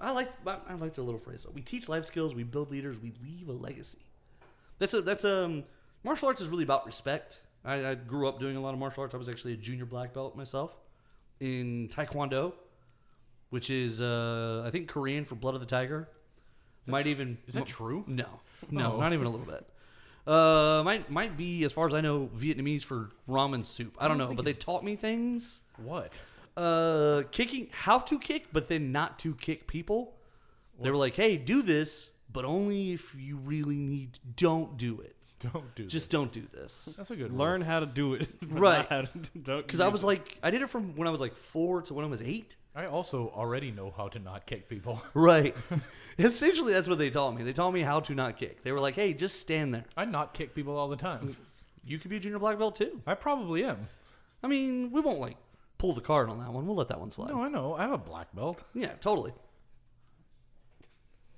I like I, I like their little phrase. We teach life skills, we build leaders, we leave a legacy. That's a that's um martial arts is really about respect. I, I grew up doing a lot of martial arts. I was actually a junior black belt myself in Taekwondo, which is uh, I think Korean for blood of the tiger. Might even
Is that true? Oh.
no, no, not even a little bit. Uh, might might be as far as I know Vietnamese for ramen soup. I don't know, but they taught me things
What?
uh kicking how to kick but then not to kick people they were like hey do this but only if you really need don't do it
Don't do
just
this.
don't do this
That's a good
Learn how to do it. but
Right.
not how to- don't
because i
do
was
it.
like i did it from when i was like four to when i was eight
rule. I also already know how to not kick people.
right essentially that's what they taught me they taught me how to not kick they were like hey just stand there
I not kick people all the time.
you could be a junior black belt too
I probably am.
i mean we won't like pull the card on that one we'll let that one slide
No, I know. I have a black belt.
yeah totally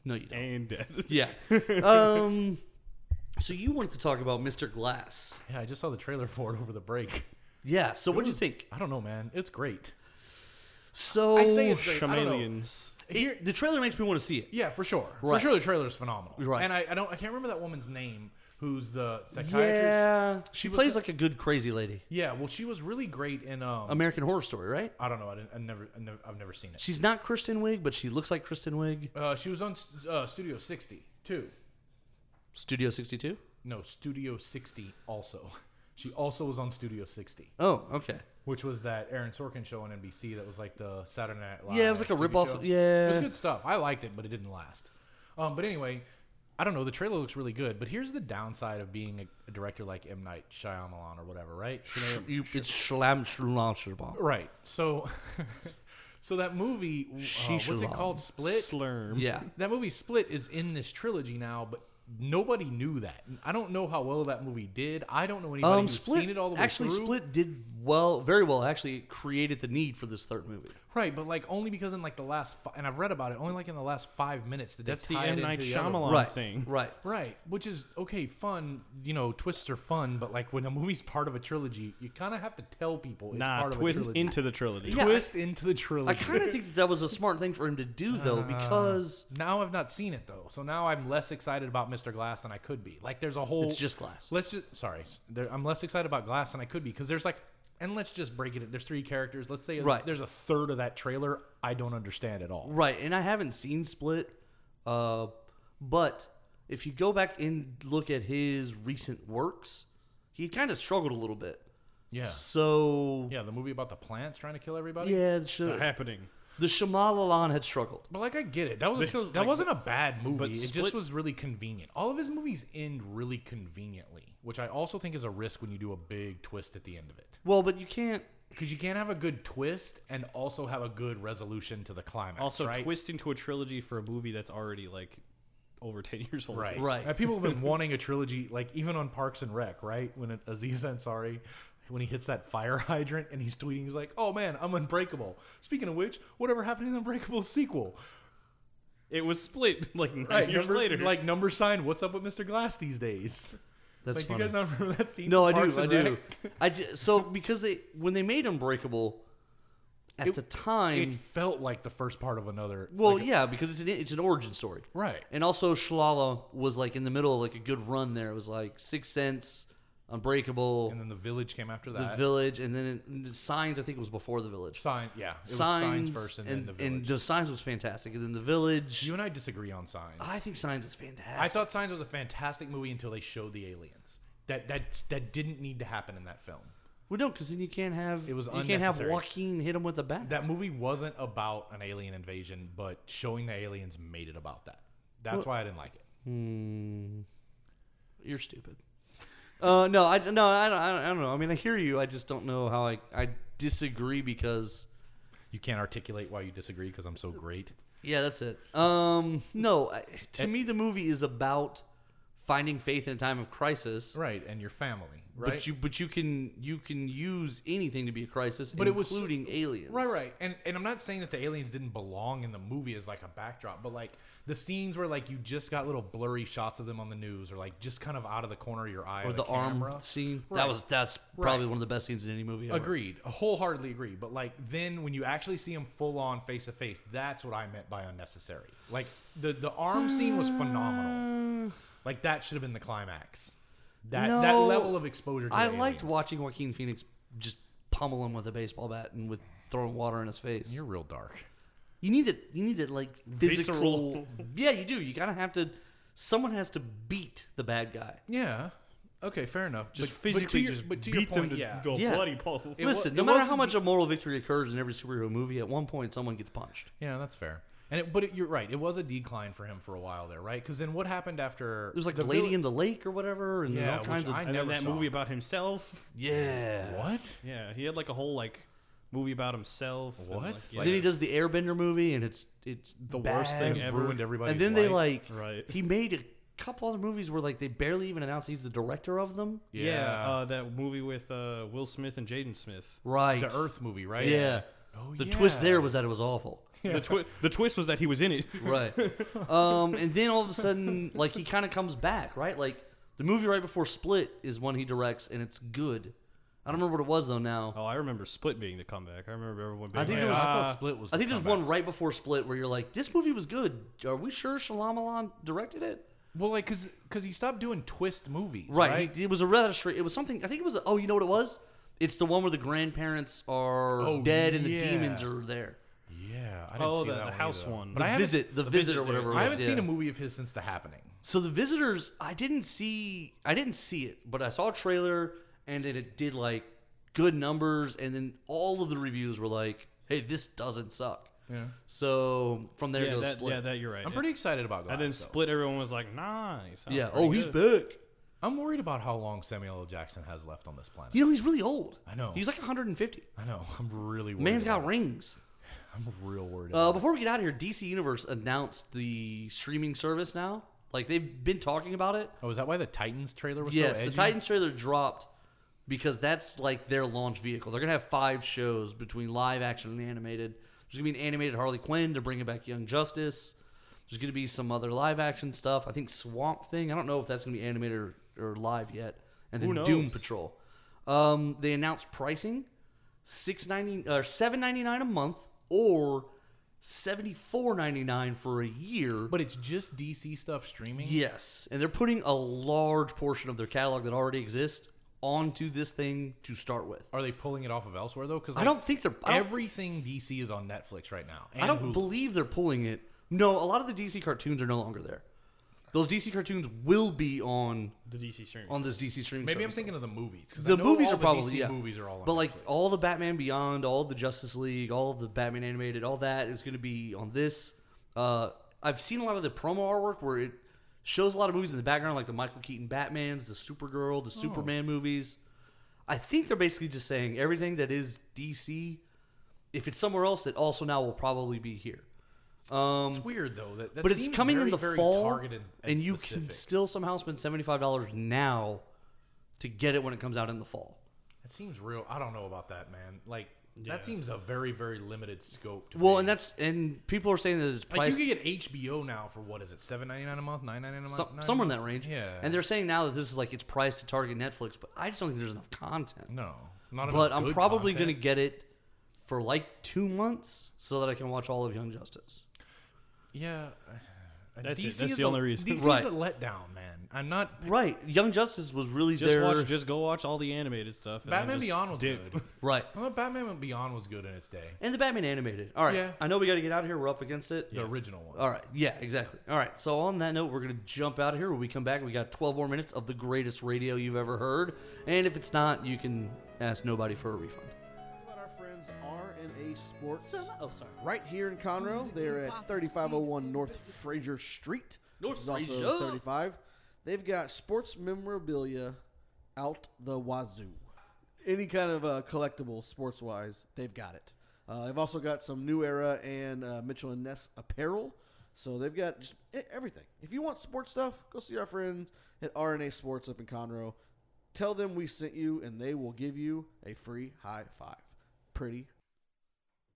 no you don't
and dead.
Yeah. um, so you wanted to talk about Mr. Glass.
Yeah, I just saw the trailer for it over the break.
Yeah. So what do you think?
I don't know, man. It's great.
So
I say it's great. I don't know.
Chameleons.
it- the trailer makes me want to see it.
Yeah, for sure. For
Right.
sure, the trailer is phenomenal.
Right.
And I, I don't, I can't remember that woman's name, who's the psychiatrist.
Yeah. She
was-
plays like a good crazy lady.
Yeah, Well, she was really great in. Um,
American Horror Story, right?
I don't know. I, didn't, I never, I never, I've never seen it.
She's not Kristen Wiig, but she looks like Kristen Wiig.
Uh, she was on uh, Studio 60 too.
Studio 62.
No, Studio 60 also. She also was on Studio 60,
Oh, okay.
which was that Aaron Sorkin show on NBC that was like the Saturday Night Live.
Yeah, it was like a
TV
ripoff-
show. it was
yeah.
good stuff. I liked it, but it didn't last. Um, but anyway, I don't know. The trailer looks really good, but here's the downside of being a, a director like M Night Shyamalan or whatever, right?
You, it's Shlam Shlam
Right. So, so that movie, uh, what's it
Shishalam.
called? Split.
Slurm.
Yeah.
That movie Split is in this trilogy now, but nobody knew that. I don't know how well that movie did. I don't know anybody
Um,
who's
Split
seen it all the way
actually
through.
Split did well, very well. Actually, it created the need for this third movie.
Right, but like only because in like the last, fi- and I've read about it only like in the last five minutes. Did they
That's the
tie it
M
into
Night
the other one.
Shyamalan
right.
thing.
Right.
Right, which is okay, fun. You know, twists are fun, but like when a movie's part of a trilogy, you kind of have to tell people it's
Nah,
part of a
twist
trilogy.
into the trilogy.
Yeah.
twist into the trilogy.
I kind of think that, that was a smart thing for him to do, though, because
Now I've not seen it though, so now I'm less excited about Mr. Glass than I could be. Like there's a whole.
It's just Glass.
Let's just sorry, there, I'm less excited about Glass than I could be because there's like, and let's just break it. There's three characters. Let's say
Right.
there's a third of that trailer I don't understand at all.
right, and I haven't seen Split, uh, but if you go back and look at his recent works, he kind of struggled a little bit.
Yeah,
So
yeah. The movie about the plants trying to kill everybody.
yeah, it
The
should,
happening.
The Shamalalan had struggled.
But like I get it. That was
Because,
that
like,
wasn't a bad movie.
but
it
Split-
just was really convenient. All of his movies end really conveniently, which I also think is a risk when you do a big twist at the end of it.
Well, but you can't.
Because you can't have a good twist and also have a good resolution to the climax.
Also,
right?
twist into a trilogy for a movie that's already like over ten years old.
Right.
Right.
Uh, people have been wanting a trilogy, like even on Parks and Rec, right? When it- Aziz Ansari, when he hits that fire hydrant and he's tweeting, he's like, oh man, I'm unbreakable. Speaking of which, whatever happened to the Unbreakable sequel?
It was split like nine
Right.
years
number-
later.
Like number sign, what's up with Mr. Glass these days?
That's
like,
funny.
you guys not remember that scene?
no, I
from Parks
do. I
and
do.
Rec?
I ju- so because they when they made Unbreakable, at the time,
It felt like the first part of another.
well,
like a-
yeah, because it's an it's an origin story,
Right.
And also, Shlala was like in the middle of like a good run. There it was like Six Sense, Unbreakable,
and then the village came after
The
that.
Village, and then it, Signs. I think was before The Village.
sign, yeah, it
signs,
was signs first, and,
and,
then the village.
Signs was fantastic, and then The Village.
you and I disagree on signs.
I think Signs is fantastic.
I thought Signs was a fantastic movie until they showed the aliens. That that that didn't need to happen in that film.
well, no, because then you can't have
It was
you can't have
unnecessary.
Joaquin hit him with a bat.
That movie wasn't about an alien invasion, but showing the aliens made it about that. That's why I didn't like it.
You're stupid. Uh, no, I no, I don't, I don't, I don't know. I mean, I hear you. I just don't know how I I disagree because
You can't articulate why you disagree because I'm so great.
yeah, that's it. Um, no, I,
Eh.
to me the movie is about finding faith in a time of crisis.
Right, and your family, right?
But you but you can you can use anything to be a crisis,
But it was-
including aliens.
Right, right. And and I'm not saying that the aliens didn't belong in the movie as like a backdrop, but like the scenes where like you just got little blurry shots of them on the news or like just kind of out of the corner of your eye
Or
of
the, arm
camera.
scene.
Right.
That was that's probably
Right.
one of the best scenes in any movie. Ever.
Agreed. Wholeheartedly agree. But like then when you actually see him full on face to face, that's what I meant by unnecessary. Like the the arm scene was phenomenal. Like that should have been the climax. That that
No.
level of exposure. To
I
the
liked
aliens.
watching Joaquin Phoenix just pummel him with a baseball bat and with throwing water in his face.
You're real dark.
You need it. You need it like physical.
Visceral.
yeah, you do. You kind of have to. Someone has to beat the bad guy.
Yeah. Okay. Fair enough.
just
But- but to
physically
your-
just
but to your
beat
point,
them to
yeah.
the
Yeah.
bloody pulp.
It wa-
Listen, no
it
matter
wasn't
how much
ju-
a moral victory occurs in every superhero movie, at one point someone gets punched.
Yeah, that's fair. And it, but it, you're right. It was a decline for him for a while there, right? Because then what happened after?
It was like
the
the Lady
vill-
in the Lake or whatever, and
Yeah,
all
which
kinds of
I
and then
never
that
saw.
movie about himself.
yeah.
What?
Yeah, he had like a whole like movie about himself. and,
What?
like, yeah.
And then he does the Airbender movie, and it's it's
The worst
bad.
thing ever.
Ruined everybody's
and then they
life.
like
Right.
he made a couple other movies where like they barely even announced he's the director of them.
Yeah, uh, that movie with uh, Will Smith and Jaden Smith.
Right.
the Earth movie, right?
Yeah.
Oh,
the
yeah.
twist there was that it was awful.
The, twi- the twist was that he was in it.
Right. um, and then all of a sudden, like he kind of comes back, right? Like the movie right before Split is one he directs, and it's good. I don't remember what it was though. Now
Oh, I remember Split being the comeback. I remember everyone being
I think
like,
it was-
I
"Ah,
thought Split was.
I
the
think there's
comeback.
one right before Split where you're like, this movie was good. Are we sure Shalamalan directed it?
Well, like, cause, 'cause he stopped doing twist movies,
Right.
right?
He, it was a rather straight. It was something. I think it was. oh, you know what it was? It's the one where the grandparents are
Oh,
dead and the
yeah.
demons are there.
Yeah, I didn't
oh,
see
the,
that
the
one
house
either.
one.
The
But I haven't-
visit, the,
the
visit,
visit,
or whatever.
yeah.
it
I
was,
haven't
yeah.
seen a movie of his since The Happening.
So the visitors, I didn't see, I didn't see it, but I saw a trailer and then it did like good numbers, and then all of the reviews were like, "Hey, this doesn't suck."
Yeah,
So from there it
yeah,
goes
that,
split.
yeah, that you're right.
I'm pretty excited about. Glass,
and then
though.
Split, everyone was like, nice.
Yeah, Oh, he's back.
I'm worried about how long Samuel L. Jackson has left on this planet.
You know, he's really old.
I know.
He's like 150.
I know. I'm really worried.
Man's
about
got
it.
rings.
I'm real worried.
Uh,
about it.
before we get out of here, DC Universe announced the streaming service now. Like they've been talking about it.
Oh, is that why the Titans trailer was
yes,
so edgy?
the Titans trailer dropped because that's like their launch vehicle. They're gonna have five shows between live action and animated. There's gonna be an animated Harley Quinn. They're bringing back Young Justice. There's gonna be some other live action stuff. I think Swamp Thing. I don't know if that's gonna be animated or, or live yet. And then
knows?
Doom Patrol. Um, they announced pricing six ninety or seven ninety nine a month or seventy four ninety nine for a year.
But it's just DC stuff streaming.
Yes, and they're putting a large portion of their catalog that already exists onto this thing to start with.
Are they pulling it off of elsewhere though? Because
I don't think they're. I don't,
everything DC is on Netflix right now. And
I don't
Hulu.
believe they're pulling it. No, a lot of the DC cartoons are no longer there. Those DC cartoons will be on
The DC stream.
on this DC stream.
Maybe I'm
service.
thinking of the movies. 'cause
the
I know
movies
all
are
the
probably
DC
yeah.
movies are all. On
but like
Netflix.
all the Batman Beyond, all the Justice League, all the Batman animated, all that is going to be on this. Uh, I've seen a lot of the promo artwork where it shows a lot of movies in the background, like the Michael Keaton Batman's, the Supergirl,
Oh.
the Superman movies. I think they're basically just saying everything that is DC, if it's somewhere else, it also now will probably be here. Um,
it's weird though that, that
but it's
seems
coming
very,
in the
very
fall,
targeted and,
and you can
specific.
still somehow spend seventy five dollars now to get it when it comes out in the fall.
It seems real. I don't know about that, man. Like that seems a very very limited scope. To
Well,
me.
and that's and people are saying that it's
like
priced
you can get HBO now for what is it seven ninety nine a month, nine ninety nine a month,
some,
$9.99?
somewhere in that range.
Yeah,
and they're saying now that this is like it's priced to target Netflix, but I just don't think there's enough content.
no, not
but I'm probably gonna get it for like two months so that I can watch all of Young Justice.
yeah. uh,
That's it.
DC
That's
is
the
a-
only reason.
DC's
Right.
a letdown, man. I'm not.
Right, Young Justice was really
just
their
watch. Just go watch all the animated stuff. and then
Batman
just
Beyond was
dip.
good.
right,
I thought Batman Beyond was good in its day,
and the Batman animated. All right,
Yeah.
I know we got to get out of here. We're up against it.
the original one.
All right, yeah, exactly. All right, so on that note, we're gonna jump out of here. When we come back, we got 12 more minutes of the greatest radio you've ever heard, and if it's not, you can ask nobody for a refund.
about our friends R&A Sports?
Oh, sorry.
Right here in Conroe, they're at 3501 North Fraser Street,
North
which is also
Fraser.
75. They've got sports memorabilia out the wazoo. Any kind of uh, collectible sports wise, they've got it. Uh, they've also got some New Era and uh, Mitchell and Ness apparel. So they've got just e- everything. If you want sports stuff, go see our friends at RNA Sports up in Conroe. Tell them we sent you, and they will give you a free high five. Pretty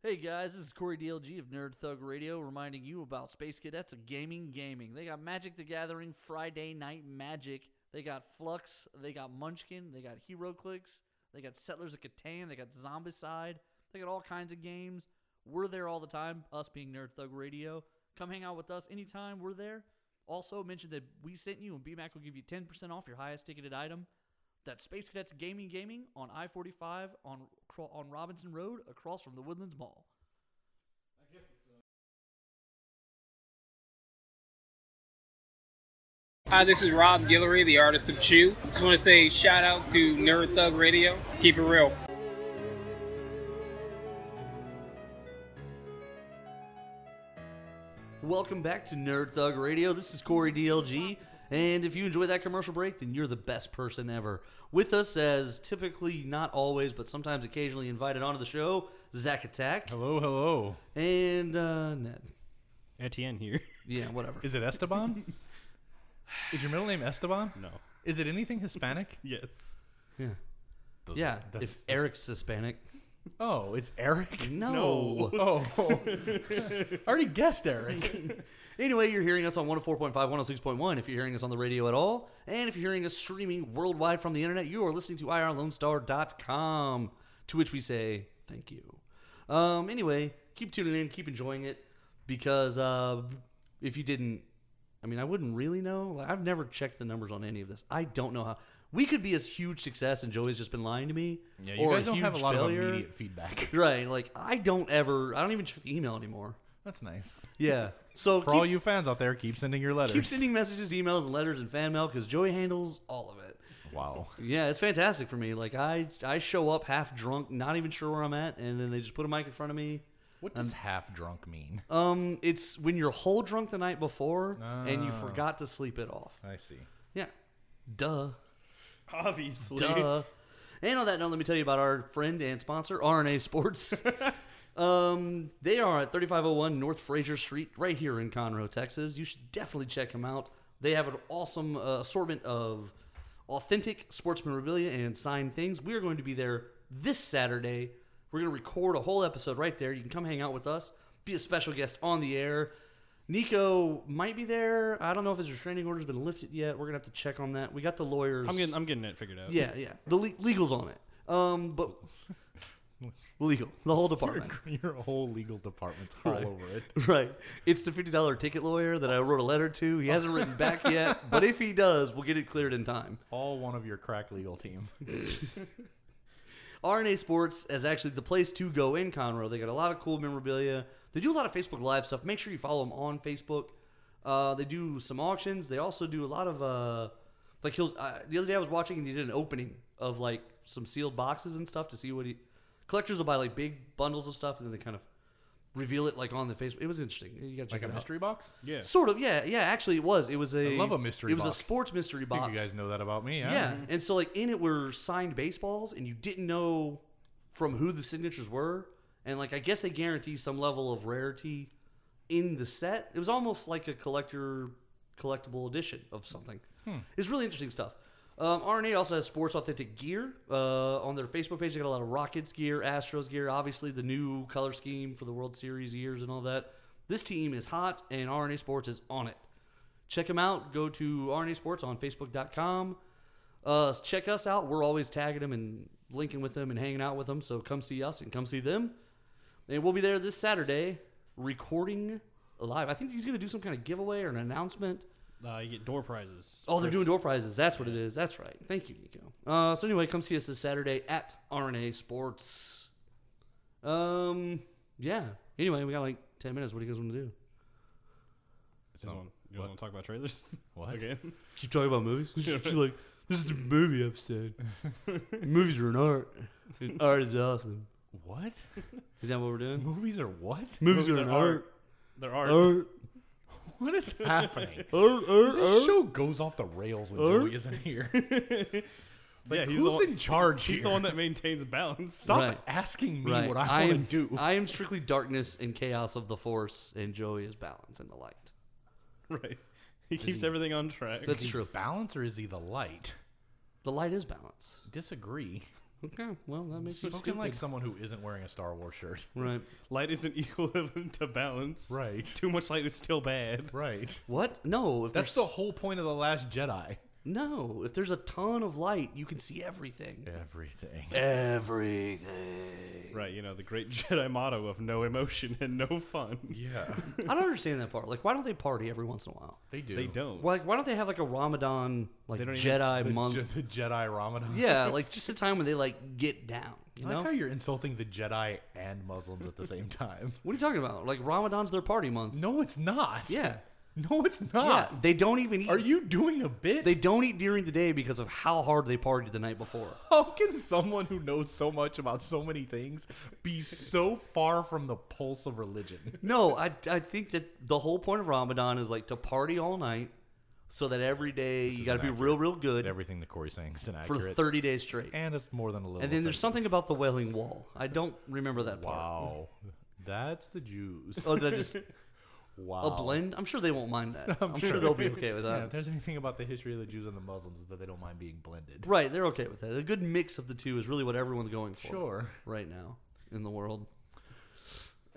Hey guys, this is Corey DLG of Nerd Thug Radio reminding you about Space Cadets of Gaming Gaming. They got Magic the Gathering Friday Night Magic. They got Flux, they got Munchkin, they got Hero Clicks, they got Settlers of Catan, they got Zombicide, they got all kinds of games. We're there all the time, us being Nerd Thug Radio. Come hang out with us anytime we're there. Also mention that we sent you and BMAC will give you 10% off your highest ticketed item. That's Space Cadets Gaming Gaming on I 45 on, cro- on Robinson Road across from the Woodlands Mall.
Hi, this is Rob Guillory, the artist of Chew. Just want to say shout out to Nerd Thug Radio. Keep it real.
Welcome back to Nerd Thug Radio. This is Corey DLG. And if you enjoy that commercial break, then you're the best person ever. With us, as typically not always, but sometimes occasionally invited onto the show, Zach Attack
Hello, hello.
and uh, Ned.
Etienne here.
Yeah, whatever.
Is it Esteban? is your middle name Esteban?
no.
Is it anything Hispanic?
Yes.
yeah,
that's-
if Eric's Hispanic.
Oh, it's Eric.
No.
Oh, I already guessed Eric.
Anyway, you're hearing us on 104.5, 106.1 if you're hearing us on the radio at all. And if you're hearing us streaming worldwide from the internet, you are listening to irlonestar.com, to which we say thank you. Um, anyway, keep tuning in, keep enjoying it, because uh, if you didn't, I mean, I wouldn't really know. Like, I've never checked the numbers on any of this. I don't know how. We could be a huge success, and Joey's just been lying to me.
Yeah, you
or
guys don't have a
huge
lot
failure.
of immediate feedback.
Right, like I don't ever, I don't even check the email anymore.
That's nice.
Yeah, so
For
keep-
all you fans out there, keep sending your letters.
Keep sending messages, emails, and letters and fan mail because Joey handles all of it.
Wow.
Yeah, it's fantastic for me. Like I, I show up half drunk, not even sure where I'm at, and then they just put a mic in front of me.
What does half drunk mean?
Um, it's when you're whole drunk the night before and you forgot to sleep it off.
I see.
Yeah, duh,
Obviously.
duh. And on that note, let me tell you about our friend and sponsor, RNA Sports. Um, they are at 3501 North Fraser Street, right here in Conroe, Texas. You should definitely check them out. They have an awesome uh, assortment of authentic sports memorabilia and signed things. We are going to be there this Saturday. We're going to record a whole episode right there. You can come hang out with us, be a special guest on the air. Nico might be there. I don't know if his restraining order's been lifted yet. We're going to have to check on that. We got the lawyers.
I'm getting I'm getting that figured out.
yeah, yeah. The le- legal's on it. Um, but legal, the whole department.
Your whole legal department's all over it.
Right. It's the fifty dollar ticket lawyer that I wrote a letter to. He hasn't written back yet, but if he does, we'll get it cleared in time.
All one of your crack legal team.
RNA Sports is actually the place to go in Conroe. They got a lot of cool memorabilia. They do a lot of Facebook Live stuff. Make sure you follow them on Facebook. Uh, they do some auctions. They also do a lot of uh, like he'll. Uh, the other day I was watching and he did an opening of like some sealed boxes and stuff to see what he. Collectors will buy like big bundles of stuff and then they kind of reveal it like on the Facebook. It was interesting. You gotta check
Like a
it out.
mystery box?
Yeah.
Sort of, yeah, yeah. Actually, it was. It was a.
I love a mystery
It was
box.
a sports mystery
I
box.
think you guys know that about me.
yeah, and so like in it were signed baseballs, and you didn't know from who the signatures were, and like I guess they guarantee some level of rarity in the set. It was almost like a collector collectible edition of something. It's really interesting stuff. Um, RNA also has sports authentic gear uh, on their Facebook page. They got a lot of Rockets gear, Astros gear, obviously the new color scheme for the World Series years and all that. This team is hot, and RNA Sports is on it. Check them out. Go to RNA Sports on Facebook.com. Uh, check us out. We're always tagging them and linking with them and hanging out with them. So come see us and come see them. And we'll be there this Saturday recording live. I think he's going to do some kind of giveaway or an announcement.
Uh, you get door prizes.
Oh, they're doing door prizes. That's what it is. That's right. Thank you, Nico. Uh, so anyway, come see us this Saturday at RNA Sports. Um, yeah. Anyway, we got like ten minutes. What do you guys want to do?
You guys want- you want to talk about trailers?
Oh. What?
Okay.
Keep talking about movies. She's like, this is the movie episode. Movies are an art. Art is awesome.
What?
Is that what we're doing?
Movies are what?
Movies,
Movies
are an
are
art.
There are.
Oh,
Art.
What is happening?
Art. Art.
this show goes off the rails when Joey isn't here.
yeah, he's, the
Who's
one,
in charge
he's
here?
the one that maintains balance.
Stop
Right.
asking me
Right.
what I, want
am,
to do.
I am strictly darkness and chaos of the force, and Joey is balance and the light.
Right. He keeps everything on track.
That's true.
Balance or is he the light?
The light is balance.
Disagree.
Okay. Well, that makes you
Spoken
stupid.
like someone who isn't wearing a Star Wars shirt.
right.
Light isn't equivalent to balance.
Right.
Too much light is still bad.
Right.
What? No. If
That's the
there's
whole point of the Last Jedi.
no. If there's a ton of light, you can see everything.
Everything.
Everything.
Right, you know, the great Jedi motto of no emotion and no fun.
Yeah,
I don't understand that part. Like, why don't they party every once in a while?
they do.
They don't.
Like, why don't they have like a Ramadan like
They don't even-
Jedi
The,
month?
Je- the Jedi Ramadan.
yeah, like just a time when they like get down. You
I
know.
like how you're insulting the Jedi and Muslims at the same time.
What are you talking about? Like Ramadan's their party month.
No, it's not.
Yeah.
No, it's
Yeah.
not.
They don't even eat.
Are you doing a bit?
they don't eat during the day because of how hard they partied the night before.
how can someone who knows so much about so many things be so far from the pulse of religion?
No, I, I think that the whole point of Ramadan is like to party all night so that every day you got to be real, real good
Everything that Corey's saying is
for
inaccurate,
30 days straight. And,
and it's more than a little.
then there's
offensive.
something about the Wailing Wall. I don't remember that part.
Wow, that's the Jews.
Oh, did I just
Wow.
a blend? I'm sure they won't mind that. I'm, sure. they'll be okay with that.
Yeah, if there's anything about the history of the Jews and the Muslims is that they don't mind being blended.
Right, they're okay with that. A good mix of the two is really what everyone's going for.
Sure.
Right now in the world.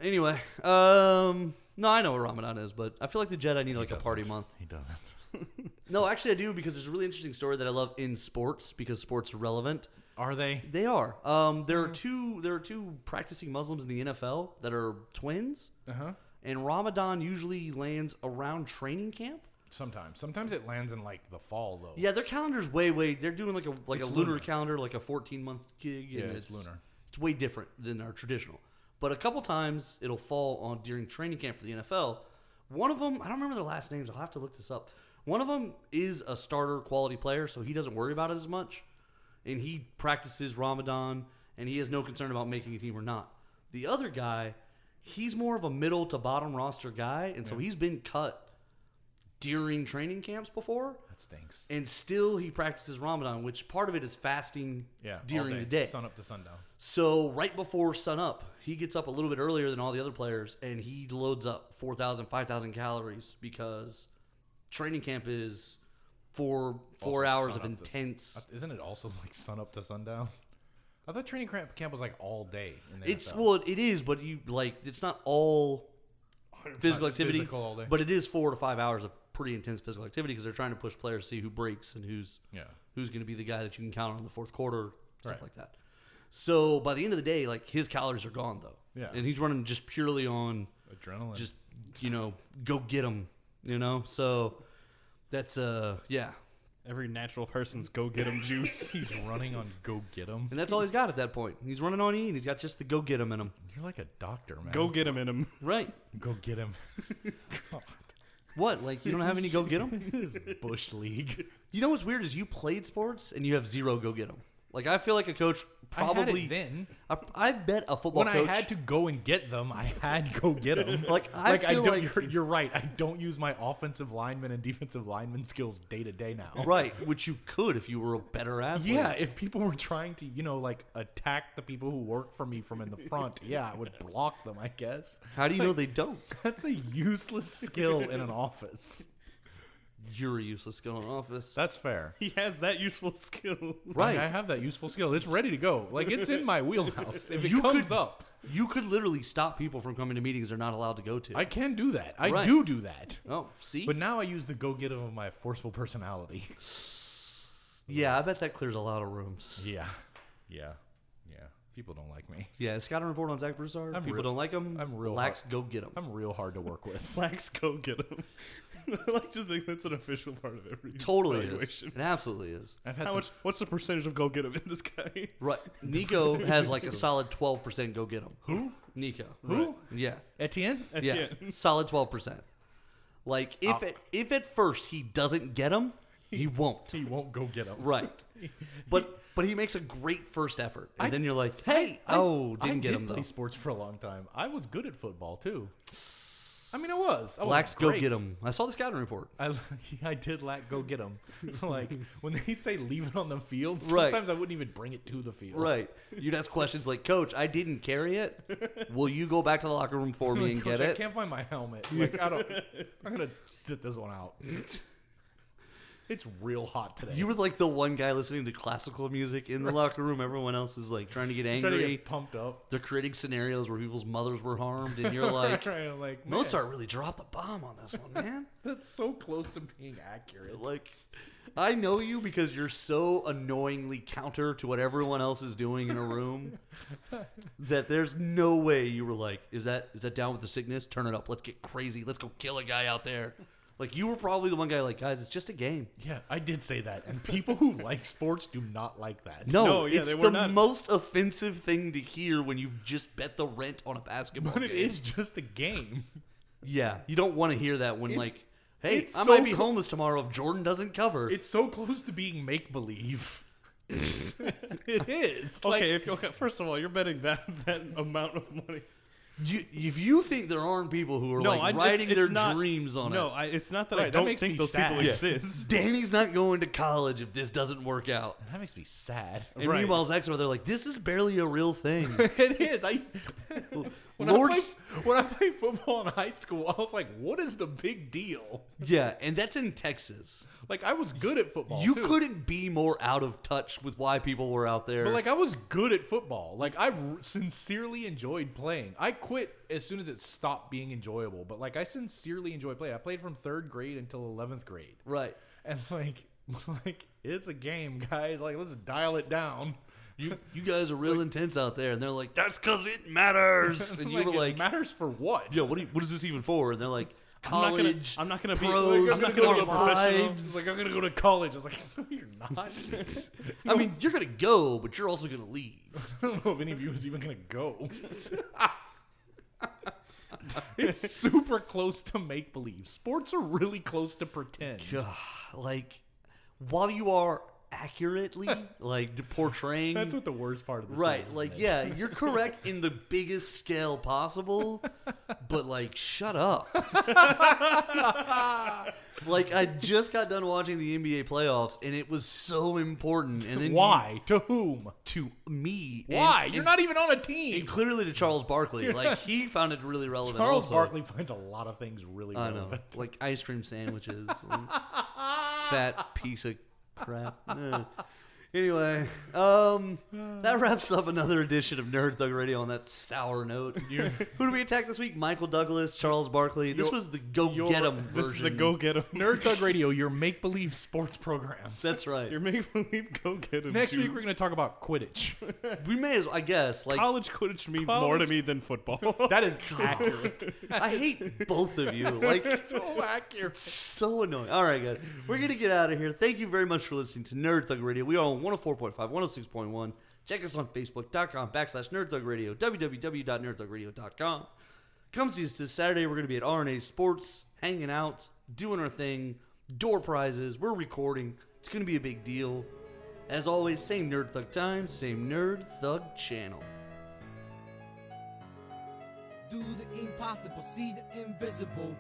Anyway, um no, I know what Ramadan is, but I feel like the Jedi need like a party month.
He doesn't.
No, actually I do because there's a really interesting story that I love in sports because sports are relevant.
Are they?
They are. Um there are two there are two practicing Muslims in the NFL that are twins.
Uh-huh.
And Ramadan usually lands around training camp.
Sometimes. Sometimes it lands in like the fall though.
Yeah, their calendar's way, way. They're doing like a like a
It's
lunar,
lunar.
calendar, like a fourteen month gig.
Yeah,
and
it's lunar.
It's way different than our traditional. But a couple times it'll fall on during training camp for the NFL. One of them, I don't remember their last names. I'll have to look this up. One of them is a starter quality player, so he doesn't worry about it as much, and he practices Ramadan, and he has no concern about making a team or not. The other guy, he's more of a middle to bottom roster guy, and so he's been cut during training camps before
That stinks.
and still he practices Ramadan, which part of it is fasting
Yeah. all
during the day.
Sun up to sundown.
So right before sun up, he gets up a little bit earlier than all the other players, and he loads up 4,000, 5,000 calories because training camp is four four
Also
hours
sun
of
up to-
intense.
Isn't it also like sun up to sundown? I thought training camp camp was like all day. In the
it's
NFL.
well, it is, but you like it's not all physical activity,
physical all day.
but it is four to five hours of pretty intense physical activity because they're trying to push players to see who breaks and who's
Yeah.
who's going to be the guy that you can count on in the fourth quarter, stuff like that. So by the end of the day, like his calories are gone though,
Yeah.
and he's running just purely on
Adrenaline.
just you know go get him, you know. So that's uh yeah,
Every natural person's go get 'em juice.
he's running on go get 'em.
and that's all he's got at that point. He's running on E, and he's got just the go get him in him,
You're like a doctor, man.
go get 'em in 'em.
right?
go get him.
What? Like you don't have any go get them?
Bush League.
You know what's weird is you played sports and you have zero go get them. Like I feel like a coach probably
I had it then
I, I bet a football
when
coach
I had to go and get them, I had to go get them.
Like, I feel
don't.
like-
you're, you're right. I don't use my offensive lineman and defensive lineman skills day to day now.
right, which you could if you were a better athlete.
Yeah, if people were trying to, you know, like attack the people who work for me from in the front, yeah, I would block them. I guess
How do you know they don't?
that's a useless skill in an office.
You're a useless skill in office.
That's fair.
He has that useful skill.
Right.
I have that useful skill. It's ready to go. Like it's in my wheelhouse. If it
You
comes
could-
up,
You could literally stop people from coming to meetings they're not allowed to go to.
I can do that. I
Right.
do do that.
oh, see?
But now I use the go get of my forceful personality.
yeah, I bet that clears a lot of rooms.
Yeah. Yeah. Yeah. People don't like me.
Yeah, Scott and report on Zach Broussard.
I'm
people
real-
don't like him.
I'm real
Relax, go get him.
I'm real hard to work with.
Blacks go get him. I like to think that's an official part of every
Totally is.
evaluation.
It absolutely is.
I've had
How
some,
much? What's the percentage of go get him in this guy?
Right. Nico has like a solid 12% go get him. Who? Nico. Who? Yeah.
Etienne?
Yeah. Solid 12%. Like if
Ah.
at, if at first he doesn't get him, he won't.
He won't go get him.
Right. But but he makes a great first effort. And then you're like, "Hey, oh,
I
didn't get
did
him
play
though."
sports for a long time. I was good at football too. I mean, I was. I was
Relax, go
great.
get him. I saw the scouting report.
I, I did lack go get him. like when they say leave it on the field,
Right.
sometimes I wouldn't even bring it to the field.
Right. You'd ask questions like, "Coach, I didn't carry it. Will you go back to the locker room for me and
Coach,
get
I
it?"
"Oh, can't find my helmet. Like I don't. I'm gonna sit this one out. It's real hot today.
You were like the one guy listening to classical music in the locker room. Everyone else is like trying to get
trying
angry.
to get pumped up.
They're creating scenarios where people's mothers were harmed, and you're like,
Right, I'm like man,
Mozart really dropped the bomb on this one, man.
That's so close to being accurate.
like, I know you because you're so annoyingly counter to what everyone else is doing in a room that there's no way you were like, is that is that down with the sickness? Turn it up. Let's get crazy. Let's go kill a guy out there. Like you were probably the one guy like, guys, it's just a game.
Yeah, I did say that. And people who like sports do not like that.
No,
No, yeah,
it's
they
the
were not-
most offensive thing to hear when you've just bet the rent on a basketball
But it
game.
is just a game.
Yeah, you don't want to hear that when like, hey,
it's
I
so
might be
cl-
homeless tomorrow if Jordan doesn't cover.
It's so close to being make believe. it is.
Okay,
Like,
if you okay, first of all, you're betting that that amount of money.
You- if you think there aren't people who are
No, I,
like
it's-
writing
it's
their
not-
dreams on
No,
it,
I, it's not that I
Right, that
don't
makes
think
me
those people
sad. Yeah.
exist.
Danny's not going to college if this doesn't work out.
that makes me sad.
And meanwhile, Zach's over there like, this is barely a real thing.
it is. I when I,
Lord's,
played, when I played football in high school, I was like, "What is the big deal?"
yeah, and that's in Texas.
Like, I was good at football.
You
too.
couldn't be more out of touch with why people were out there.
But like I was good at football. Like I r- sincerely enjoyed playing. I quit as soon as it stopped being enjoyable. But like I sincerely enjoyed playing. I played from third grade until eleventh grade,
right.
and like like it's a game, guys. Like let's dial it down.
You you guys are real intense out there, and they're like, that's because it matters. And you were
it
like,
matters for what?
yo, what, do you, what is this even for? And they're like,
not gonna-
college.
I'm not gonna be-
pros,
I'm not
gonna
our
be a
professional."
lives."
It's like I'm gonna go to college. I was like, no, you're not.
I mean, you're gonna go, but you're also gonna leave.
I don't know if any of you is even gonna go. it's super close to make believe. Sports are really close to pretend.
like, while you are accurately like de- portraying,
That's what the worst part of this
right?
is,
Like,
isn't it?
yeah, you're correct in the biggest scale possible, but like, shut up. like, I just got done watching the NBA playoffs, and it was so important. And then you-
Why? To whom?
to me? and-
Why?
and-
You're not even on a
and
team.
clearly to Charles Barkley. Like, he found it really relevant.
Charles
also.
Barkley finds a lot of things really
I know,
relevant.
like ice cream sandwiches, and fat piece of crap. Eh. Anyway, um, that wraps up another edition of Nerd Thug Radio on that sour note. Who do we attack this week? Michael Douglas, Charles Barkley. This was the go get 'em version.
This is the go get him.
Nerd Thug Radio, your make believe sports program.
That's right.
You're making believe go get him.
Next week we're gonna talk about Quidditch.
We may as well, I guess. Like,
College Quidditch means more to me than football.
That is accurate.
I hate both of you. Like,
so accurate.
so annoying. All right, guys. We're going to get out of here. Thank you very much for listening to Nerd Thug Radio. We are on 104.5, 106.1. Check us on Facebook.com backslash Nerd Thug Radio, www.nerdthugradio.com. Come see us this Saturday. We're going to be at RNA Sports. hanging out, doing our thing, door prizes. We're recording. It's going to be a big deal. As always, same Nerd Thug time, same Nerd Thug channel.
Do the impossible, see the invisible.